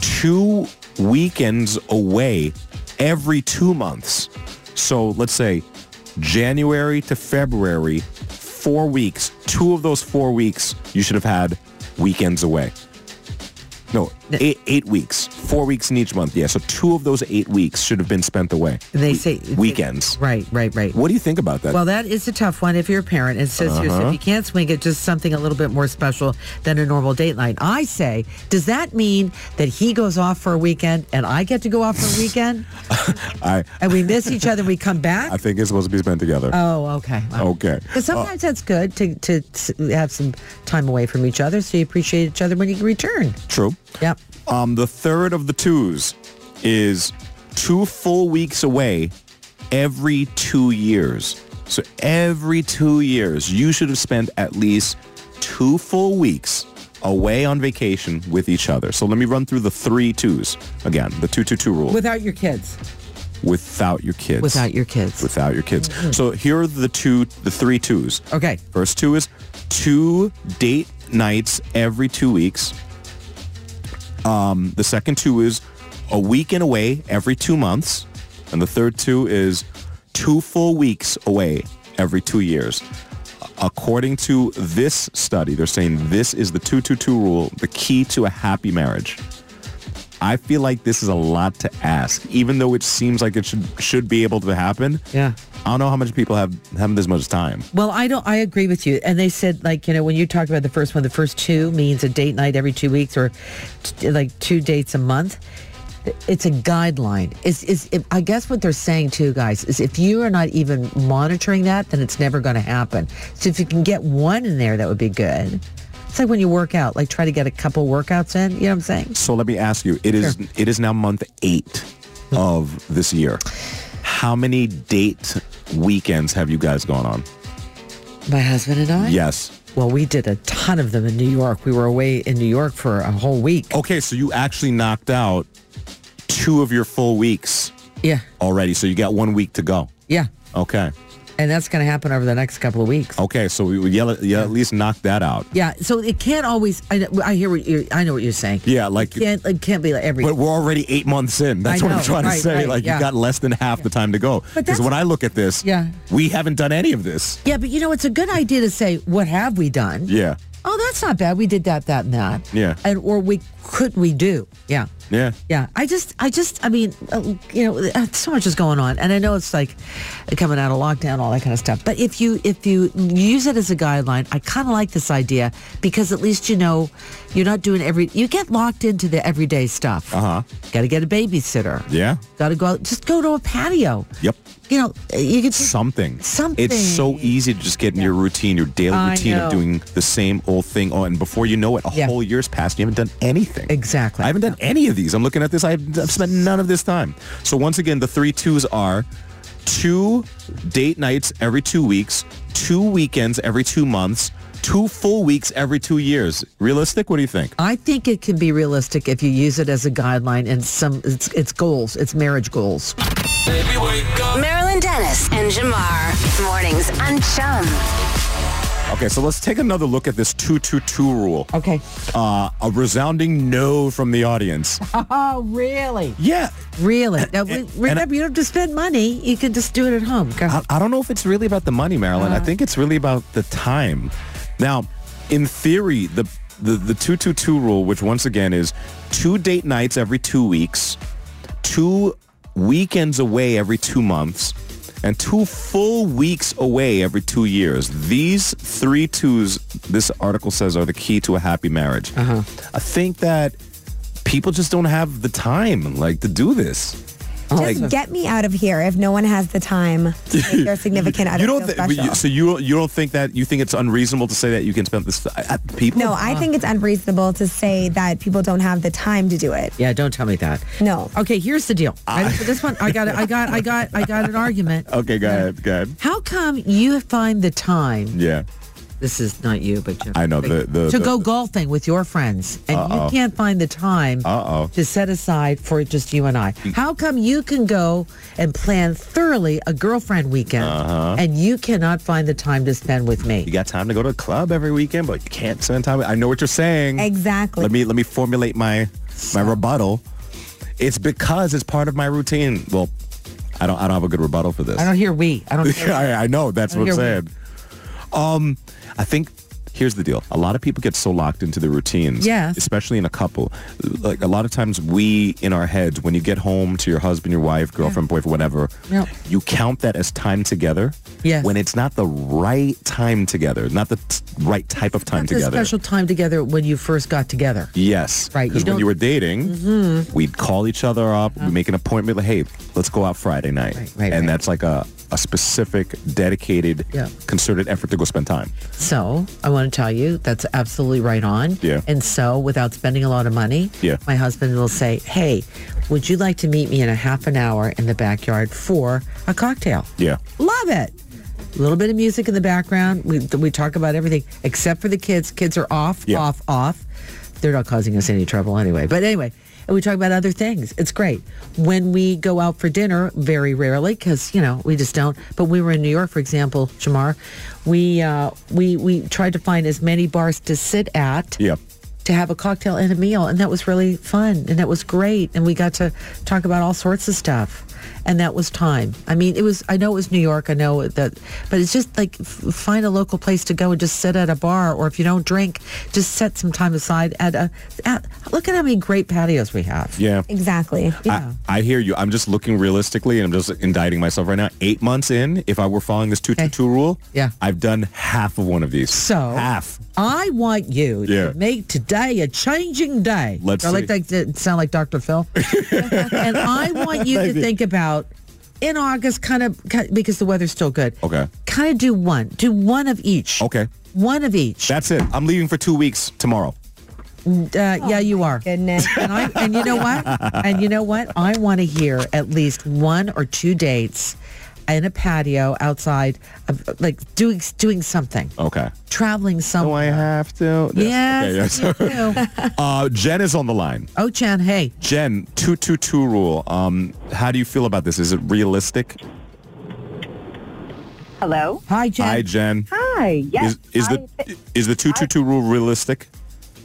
G: two weekends away every two months. So let's say January to February, four weeks. Two of those four weeks, you should have had weekends away. No, eight, eight weeks. Four weeks in each month. Yeah, so two of those eight weeks should have been spent away.
C: They say
G: Weekends.
C: Right, right, right.
G: What do you think about that?
C: Well, that is a tough one if you're a parent and says to yourself, if you can't swing it, just something a little bit more special than a normal date night. I say, does that mean that he goes off for a weekend and I get to go off for a weekend
G: I,
C: and we miss each other, we come back?
G: I think it's supposed to be spent together.
C: [LAUGHS] Oh, okay.
G: Okay.
C: Because sometimes that's good to, to s- have some time away from each other so you appreciate each other when you return.
G: True.
C: Yep.
G: Um, the third of the twos is two full weeks away every two years. So every two years, you should have spent at least two full weeks away on vacation with each other. So let me run through the three twos again. The two two two rule
C: Without your kids.
G: without your kids.
C: Without your kids.
G: Without your kids. So here are the two, the three twos.
C: Okay.
G: First two is two date nights every two weeks. Um, the second two is a weekend away every two months. And the third two is two full weeks away every two years. According to this study, they're saying this is the 222 rule, the key to a happy marriage. I feel like this is a lot to ask, even though it seems like it should should be able to happen.
C: Yeah.
G: I don't know how much people have have this much time.
C: Well, I don't. I agree with you. And they said, like, you know, when you talked about the first one, the first two means a date night every two weeks or t- like two dates a month. It's a guideline. Is is if- I guess what they're saying too, guys, is if you are not even monitoring that, then it's never going to happen. So if you can get one in there, that would be good. It's like when you work out, like try to get a couple workouts in. You know what I'm saying?
G: So let me ask you, it is it is now month eight of this year. How many date weekends have you guys gone on?
C: My husband and I.
G: Yes.
C: Well, we did a ton of them in New York. We were away in New York for a whole week.
G: Okay, so you actually knocked out two of your full weeks
C: Yeah.
G: already. So you got one week to go.
C: Yeah.
G: Okay.
C: And that's going to happen over the next couple of weeks.
G: Okay, so we would yell, yell at least knock that out.
C: Yeah, so it can't always. I, I hear what you're. I know what you're saying.
G: Yeah, like-
C: it can't it can't be like every.
G: But we're already eight months in. That's
C: I
G: what
C: know,
G: I'm trying to
C: right,
G: say.
C: right,
G: like
C: yeah.
G: you got less than half the time to go. Because
D: But that's-
G: when I look at this,
C: Yeah.
G: we haven't done any of this.
C: yeah, but you know it's a good idea to say what have we done?
G: Yeah.
C: Oh, that's not bad. We did that, that, and that.
G: Yeah.
C: And or we could we do? Yeah.
G: Yeah.
C: Yeah, I just, I just, I mean, uh, you know, uh, so much is going on, and I know it's like coming out of lockdown, all that kind of stuff. But if you, if you use it as a guideline, I kind of like this idea because at least you know you're not doing every. You get locked into the everyday stuff. Uh huh. Got to get a babysitter.
G: Yeah.
C: Got to go out. Just go to a patio.
G: Yep.
C: You know, uh, you could. just-
G: Something.
C: Something.
G: It's so easy to just get in your routine, your daily
C: I
G: routine
C: know.
G: of doing the same old thing. Oh, and before you know it, a
C: Yeah.
G: whole year's passed. And you haven't done anything.
C: Exactly.
G: I haven't done any of these. I'm looking at this. I've, I've spent none of this time. So once again, the three twos are two date nights every two weeks, two weekends every two months, two full weeks every two years. Realistic? What do you think?
C: I think it can be realistic if you use it as a guideline and some it's, it's goals, it's marriage goals.
A: Marilyn Dennis and Jamar. Mornings on Chum.
G: Okay, so let's take another look at this 222 rule.
C: Okay. [LAUGHS]
G: Uh, a resounding no from the audience.
C: Oh, really?
G: Yeah,
C: Really? Now, re-
G: and-
C: remember, you don't have to spend money. You can just do it at home. Go.
G: I, I don't know if it's really about the money, Marilyn. I think it's really about the time. Now, in theory, the the the two two two rule, which once again is two date nights every two weeks, two weekends away every two months, and two full weeks away every two years. These three twos, this article says, are the key to a happy marriage. I think that people just don't have the time like to do this.
D: Just get me out of here if no one has the time
G: [LAUGHS]
D: to make their significant other
G: You don't
D: feel
G: thi- but
D: special.
G: you, so you you don't think that you think it's unreasonable to say that you can spend this I, I, people
D: no, I think it's unreasonable to say that people don't have the time to do it.
C: Yeah, don't tell me that.
D: No.
C: Okay, here's the deal. I, this one, I got, I got, I got, I got an argument.
G: Okay, go ahead, go ahead.
C: How come you find the time?
G: Yeah,
C: This is not you, but you
G: I know the the,
C: to
G: the-
C: go golfing with your friends, and you can't find the time
G: Uh-oh.
C: to set aside for just you and I. How come you can go and plan thoroughly a girlfriend weekend,
G: Uh-huh.
C: and you cannot find the time to spend with me?
G: You got time to go to a club every weekend, but you can't spend time. with- I know what you're saying.
D: Exactly.
G: Let me let me formulate my my rebuttal. It's because it's part of my routine. Well, I don't I don't have a good rebuttal for this.
C: I don't hear we.
G: [LAUGHS]
C: I don't. Hear
G: I, I know that's what I'm
C: You're
G: saying. Um, I think here's the deal. A lot of people get so locked into their routines,
C: Yes.
G: especially in a couple. Like a lot of times, we in our heads, when you get home to your husband, your wife, girlfriend, boyfriend, whatever,
C: Yep.
G: you count that as time together.
C: Yes.
G: When it's not the right time together, not the t- right type of time
C: It's a
G: together.
C: special time together when you first got together.
G: Yes.
C: Right, you
G: Because when
C: don't- Mm-hmm.
G: you were dating, we'd call each other up, we'd make an appointment, like, hey, let's go out Friday night.
C: Right, right,
G: and
C: right.
G: that's like a, a specific, dedicated,
C: Yeah.
G: concerted effort to go spend time.
C: So I want to tell you that's absolutely right on.
G: Yeah.
C: And so without spending a lot of money,
G: Yeah.
C: my husband will say, hey, would you like to meet me in a half an hour in the backyard for a cocktail?
G: Yeah.
C: Love it. A little bit of music in the background. We, we talk about everything except for the kids. Kids are off,
G: Yeah.
C: off, off. They're not causing us any trouble anyway. But anyway, and we talk about other things. It's great. When we go out for dinner, very rarely, because, you know, we just don't. But we were in New York, for example, Jamar. We, uh, we, we tried to find as many bars to sit at
G: Yeah.
C: to have a cocktail and a meal and that was really fun and that was great and we got to talk about all sorts of stuff and that was time. I mean, it was. I know it was New York. I know that, but it's just like f- find a local place to go and just sit at a bar, or if you don't drink, just set some time aside at a. At, look at how many great patios we have.
G: Yeah.
D: Exactly.
C: Yeah.
G: I, I hear you. I'm just looking realistically, and I'm just indicting myself right now. Eight months in, if I were following this two-two-two rule,
C: Yeah.
G: I've done half of one of these.
C: So-
G: half.
C: I want you
G: Yeah.
C: to make today a changing day.
G: Let's
C: Do I like
G: see.
C: that to sound like
G: [LAUGHS]
C: Dr. Phil. and I want you to think about in August, kind of ki- because the weather's still good.
G: Okay.
C: Kind of do one, do one of each.
G: Okay.
C: One of each.
G: That's it. I'm leaving for two weeks tomorrow.
C: uh, yeah, you are.
D: Goodness.
C: And I and you know what? And you know what? I want to hear at least one or two dates in a patio outside, of, like doing doing something,
G: Okay.
C: traveling
G: Do I
C: somewhere.
G: have to?
C: Oh Yes,
G: Oh, Okay, yes.
C: you do.
G: [LAUGHS] uh, Jen is on the line.
C: Oh, Chan, hey.
G: Jen, two two two rule. Um, how do you feel about this? Is it realistic?
J: Hello.
C: Hi, Jen.
G: Hi, Jen.
J: Hi. Yes.
G: Is, is
J: I
G: the is the two two two rule realistic?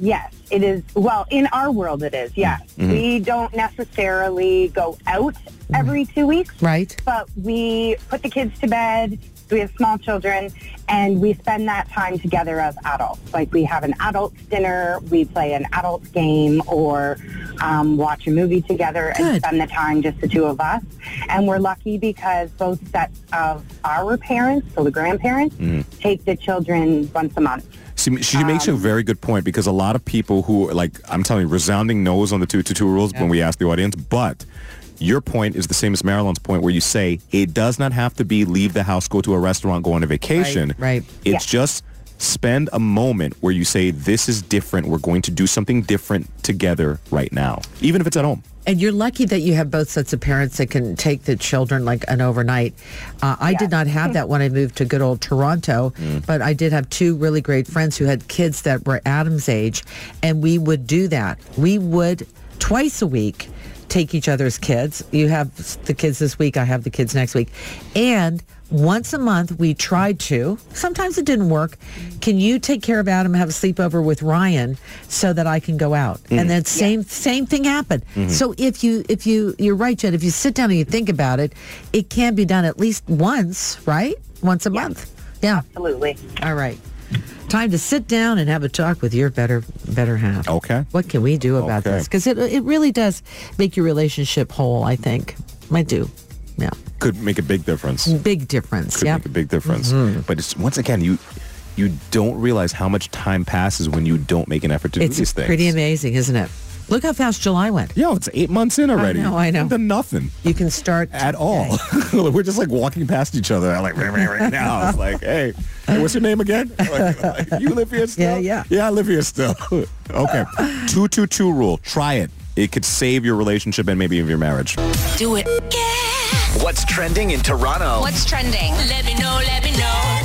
J: Yes, it is. Well, in our world, it is. Yes, we don't necessarily go out every two weeks,
C: Right.
J: but we put the kids to bed. We have small children, and we spend that time together as adults. Like we have an adult dinner, we play an adult game, or um, watch a movie together
C: Good.
J: and spend the time just the two of us. And we're lucky because both sets of our parents, so the grandparents, take the children once a month.
G: She, she
J: Um,
G: makes a very good point because a lot of people who are like, I'm telling you, resounding no's on the 222 rules when we ask the audience, but your point is the same as Marilyn's point where you say it does not have to be leave the house, go to a restaurant, go on a vacation.
C: right.
G: It's just spend a moment where you say, this is different. We're going to do something different together right now, even if it's at home.
C: And you're lucky that you have both sets of parents that can take the children like an overnight. Uh, I did not have that when I moved to good old Toronto,
G: Mm.
C: but I did have two really great friends who had kids that were Adam's age, and we would do that. We would twice a week take each other's kids. You have the kids this week, I have the kids next week. And once a month we tried to. Sometimes it didn't work. Can you take care of Adam, have a sleepover with Ryan so that I can go out? And then same same thing happened. So if you if you you're right, Jen, if you sit down and you think about it, it can be done at least once, right? Once a month. Yeah.
J: Absolutely.
C: All right. Time to sit down and have a talk with your better better half.
G: Okay.
C: What can we do about
G: Okay.
C: this? Because it it really does make your relationship whole. I think might do. Yeah,
G: Could make a big difference.
C: big difference.
G: could
C: Mm, Yeah. Mm-hmm.
G: make a big difference. But it's once again, you you don't realize how much time passes when you don't make an effort to do
C: It's
G: these things.
C: pretty amazing, isn't it? Look how fast July went.
G: Yo, it's eight months in already.
C: know, I know.
G: We've done nothing
C: You can start.
G: at all. [LAUGHS] We're just like walking past each other. I'm like right, right, right now. It's
C: [LAUGHS]
G: like, hey, hey, what's your name again? [LAUGHS] Like, like, you live here still?
C: Yeah, yeah.
G: Yeah, I live here still. [LAUGHS]
C: [LAUGHS]
G: okay. Two two two rule. Try it. It could save your relationship and maybe even your marriage.
A: Do it. Yeah.
E: What's trending in Toronto?
A: What's trending? Let me know, let me know.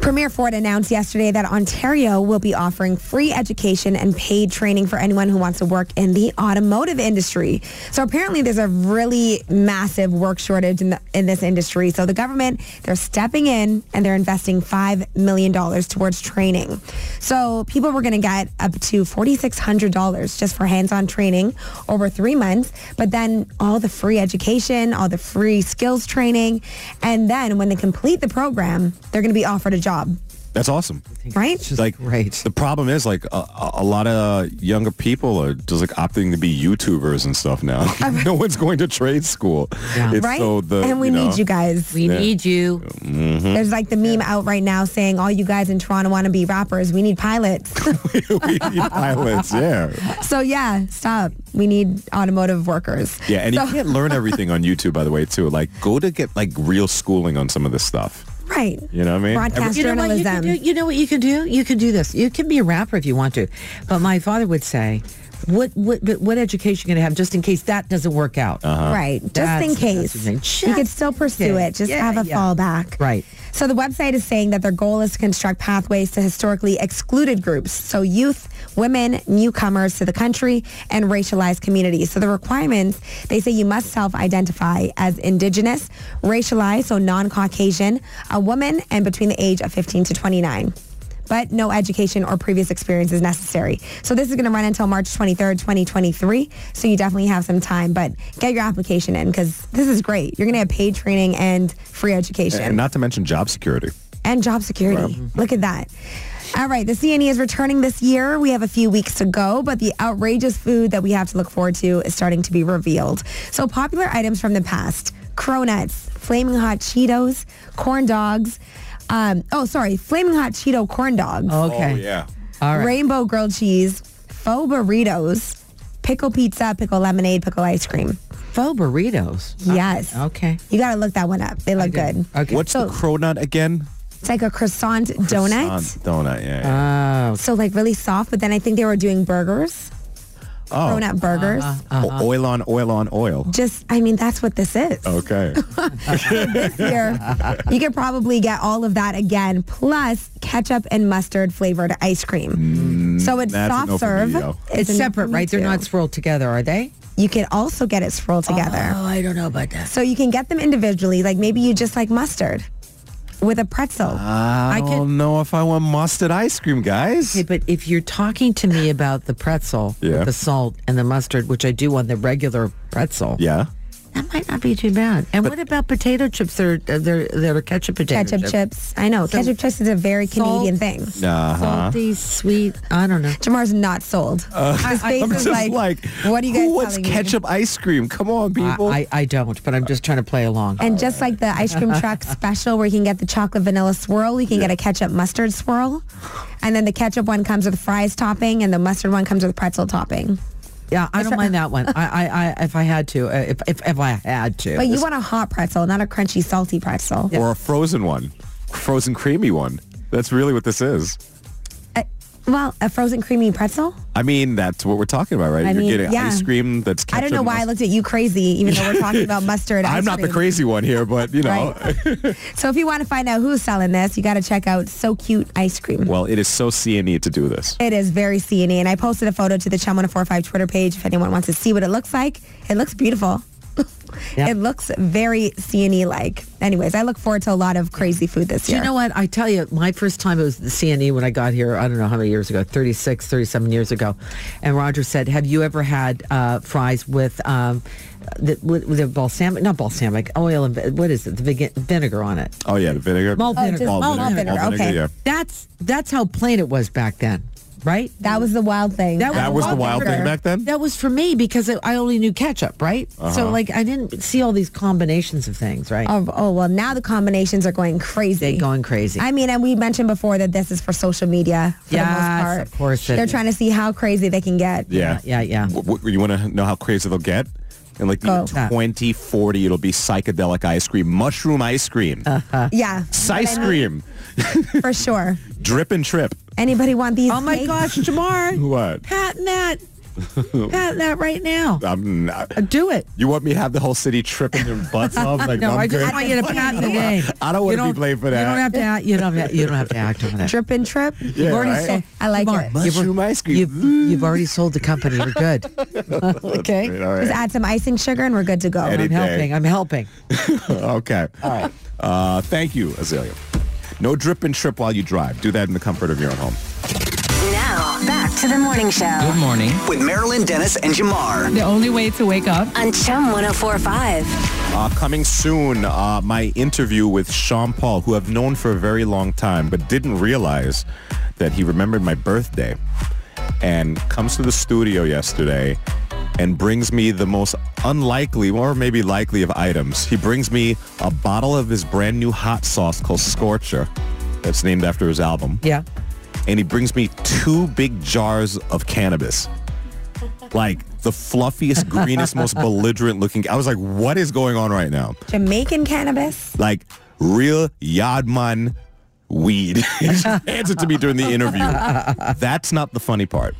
D: Premier Ford announced yesterday that Ontario will be offering free education and paid training for anyone who wants to work in the automotive industry. So apparently there's a really massive work shortage in, the, in this industry. So the government, they're stepping in and they're investing $5 million towards training. So people were going to get up to $4,600 just for hands-on training over three months. But then all the free education, all the free skills training. And then when they complete the program, they're going to be offered a job,
G: That's awesome.
D: right?
G: like
C: great.
G: The problem is like a, a- a lot of younger people are just like opting to be YouTubers and stuff
D: [LAUGHS]
G: now. [LAUGHS] no one's going to trade school.
C: Yeah.
G: It's
D: right?
G: So the,
D: and we
G: you know, [LAUGHS] Mm-hmm.
D: need you guys.
C: We need you.
D: There's like the meme out right now saying all you guys in Toronto want to be rappers. We need pilots. [LAUGHS]
G: we need pilots. Yeah,
D: so yeah, stop. We need automotive workers.
G: yeah. And
D: So-
G: you can't learn everything on YouTube, by the way, too. Like, go to get like real schooling on some of this stuff.
D: right.
G: You know what I mean?
D: Broadcast
C: You know what you
D: journalism.
C: can do? You know what you can do? You can do this. You can be a rapper if you want to. But my father would say, what what but what education you going to have just in case that doesn't work out?
G: Uh-huh.
D: Right. Just
C: Uh-huh. That's-
D: in
C: that's
D: case.
C: the thing.
D: you
C: Just
D: could still pursue
C: in
D: it. Just
C: case.
D: have
C: Yeah,
D: a
C: yeah.
D: fallback.
C: Right.
D: So the website is saying that their goal is to construct pathways to historically excluded groups. So youth, women, newcomers to the country, and racialized communities. So the requirements, they say you must self-identify as indigenous, racialized, so non-Caucasian, a woman, and between the age of 15 to 29. but no education or previous experience is necessary. So this is going to run until March 23rd, 2023. So you definitely have some time, but get your application in because this is great. You're going to have paid training and free education
G: And not to mention job security.
D: and job security. Look at that. All right, the CNE is returning this year. We have a few weeks to go, but the outrageous food that we have to look forward to is starting to be revealed. So popular items from the past, cronuts, flaming hot Cheetos, corn dogs. Um, oh, sorry, flaming hot Cheeto corn dogs.
G: Oh,
C: Okay. Oh, All right.
D: Rainbow grilled cheese, faux burritos, pickle pizza, pickle lemonade, pickle ice cream.
C: Faux burritos.
D: Yes.
C: Uh, Okay. Uh,
D: You got to look that one up. They look
C: did.
D: good.
C: Okay.
G: What's
D: So-
G: the cronut again?
D: It's like a croissant, donut.
G: Croissant Donut, yeah. yeah.
C: Oh,
D: So like really soft, but then I think they were doing burgers,
G: Oh. uh-huh.
D: grown up burgers.
G: O- Oil on oil on oil.
D: Just, I mean, that's what this is. [LAUGHS]
G: Okay.
D: Here, you could probably get all of that again, plus ketchup and mustard flavored ice cream. so it's
G: Mm, that's a
D: soft
G: no for
D: serve.
G: me, yo.
C: it's
D: a no
C: separate,
D: for me
C: right? They're
D: too.
C: not swirled together, are they?
D: You can also get it swirled together.
C: Oh, I don't know about that.
D: So you can get them individually. Like maybe you just like mustard with a pretzel.
G: I
C: could-
G: don't know if I want mustard ice cream, guys.
C: Okay, but if you're talking to me about the pretzel,
G: Yeah.
C: with the salt and the mustard, which I do on the regular pretzel,
G: Yeah.
C: that might not be too bad. And what about potato chips? They're they're they're ketchup potato
D: ketchup
C: chips.
D: chips. I know. ketchup chips is a very
C: Salt.
D: Canadian thing.
G: Uh-huh.
C: Salty, sweet. I don't know.
D: Jamar's not sold. His face
G: Uh, [LAUGHS] I'm
D: is
G: just like,
D: what are you guys
G: who wants
D: telling me?
G: ketchup ice cream? Come on, people.
C: I, I, I don't, but I'm just trying to play along.
D: And just like the ice
G: [LAUGHS]
D: cream truck special where you can get the chocolate vanilla swirl, you can get a ketchup mustard swirl. And then the ketchup one comes with fries topping and the mustard one comes with pretzel topping.
C: yeah, I don't mind that one. I, I, I if I had to, uh, if, if if I had to.
D: But you want a hot pretzel, not a crunchy, salty pretzel.
G: or a frozen one. Frozen creamy one. That's really what this is.
D: Uh, well, a frozen creamy pretzel?
G: I mean, that's what we're talking about, right?
D: I
G: You're
D: mean,
G: getting
D: yeah.
G: ice cream that's ketchup.
D: I don't know why I
G: mustard.
D: looked at you crazy, even though we're
G: [LAUGHS]
D: talking about mustard. ice
G: I'm not the
D: cream.
G: crazy one here, but you know.
D: So if you want to find out who's selling this, you got to check out So Cute Ice Cream.
G: [LAUGHS] Well, it is so CNE to do this.
D: It is very CNE. And I posted a photo to the oh Chum 1045 Twitter page if anyone wants to see what it looks like. It looks beautiful. [LAUGHS]
C: Yeah.
D: It looks very CNE like. Anyways, I look forward to a lot of crazy food this
C: Do
D: year.
C: you know what? I tell you, my first time it was the CNE when I got here, I don't know how many years ago, 36, 37 years ago. And Roger said, have you ever had uh, fries with, um, the, with, with the balsamic, not balsamic, oil and, what is it, the veg- vinegar on it?
G: Oh yeah, the vinegar.
C: Malt
D: Oh,
C: vinegar.
D: just malt vinegar, okay.
G: yeah.
C: That's, that's how plain it was back then, right?
D: That was the wild thing.
G: That was the wild
D: vinegar.
G: thing back then?
C: That was for me because I I only knew ketchup, right? So like I didn't see all these combinations of things, right?
D: Oh, oh, well, now the combinations are going crazy.
C: They going crazy.
D: I mean, and we mentioned before that this is for social media for the
C: Yes,
D: most part.
C: of course it
D: They're
C: is.
D: trying to see how crazy they can get.
G: Yeah.
C: yeah, yeah.
G: W- w- you want to know how crazy they'll get? In like
D: Go.
G: the year 2040, it'll be psychedelic ice cream, mushroom ice cream,
D: Uh. Yeah.
G: ice cream,
D: For sure.
G: drip and trip. uh,
D: Anybody want these?
C: Oh my
D: cakes?
C: gosh, Jamar.
G: What?
C: Patent that. Patent that right now.
G: I'm not,
C: Do it.
G: you want me to have the whole city tripping their butts off? Like,
C: [LAUGHS] No,
G: I'm
C: i just
G: good.
C: want you to patent the name.
G: [LAUGHS] I don't
C: You
G: want to be blamed for that.
C: You don't have to. act- You don't. Have, you don't have to act on it.
D: Drip and trip?
G: Yeah, right?
D: sold- I like
C: Jamar,
D: it.
C: you've-
G: Mushroom ice cream.
C: You've, you've already sold the company. You're good.
G: [LAUGHS]
C: okay.
G: All
D: Just
G: right.
D: add some icing sugar and we're good to go.
G: Eddie-
C: I'm
G: day.
C: helping. I'm helping.
G: [LAUGHS] Okay. All right. Uh, thank you, Azalea. No drip and trip while you drive. Do that in the comfort of your own home.
A: Now, back to the morning show
K: Good morning.
E: With Marilyn Dennis and Jamar.
K: The only way to wake up.
A: on Chum 1045.
G: Uh, coming soon, uh, my interview with Sean Paul, who I've known for a very long time, but didn't realize that he remembered my birthday and comes to the studio yesterday and brings me the most unlikely or maybe likely of items. He brings me a bottle of his brand new hot sauce called Scorcher that's named after his album.
C: Yeah.
G: And he brings me two big jars of cannabis like the fluffiest, greenest, most belligerent looking. I was like, what is going on right now?
D: Jamaican cannabis.
G: Like real Yadman weed. Hands it to me during the interview. That's not the funny part.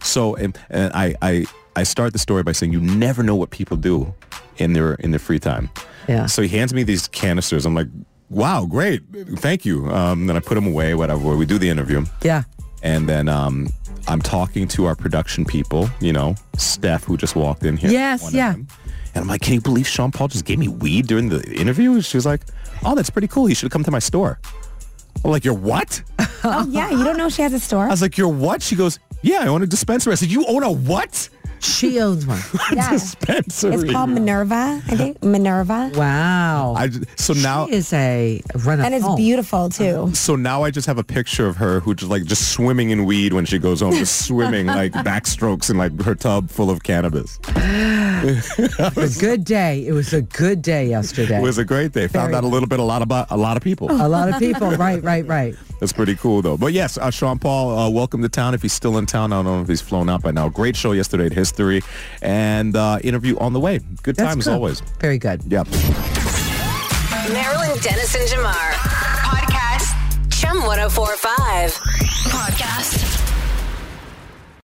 G: So and, and I, I I start the story by saying you never know what people do in their in their free time.
C: Yeah.
G: So he hands me these canisters. I'm like, wow, great, thank you. Um, then I put them away. Whatever. We do the interview.
C: Yeah.
G: And then um, I'm talking to our production people, you know, Steph, who just walked in here.
C: Yes,
G: one of
C: yeah.
G: them. And I'm like, can you believe Sean Paul just gave me weed during the interview? And she was like, oh, that's pretty cool. He should have come to my store. I'm like, you're what?
D: oh yeah, you don't know she has a store.
G: I was like, "You're what?" She goes, "Yeah, I own a dispensary." I said, "You own a what?" [LAUGHS]
C: She owns one.
D: Yeah.
G: dispensary.
D: It's called Minerva, I think. Minerva.
C: Wow.
G: I j- so now
C: she is a runner.
D: And it's beautiful too.
G: so now I just have a picture of her who just like just swimming in weed when she goes home, just swimming
D: [LAUGHS]
G: like backstrokes in like her tub full of cannabis.
C: a good day. It was a good day yesterday.
G: It was a great day. Found out a little bit a lot about a lot of people.
C: a lot of people. Right, right, right.
G: That's pretty cool though. But yes, uh, Sean Paul, uh, welcome to town. If he's still in town, I don't know if he's flown out by now. Great show yesterday at History, and uh, interview on the way. Good
C: That's
G: time as
C: good.
G: always.
C: Very good.
G: Yep.
L: Marilyn Dennis and Jamar. Podcast. Chum 1045. Podcast.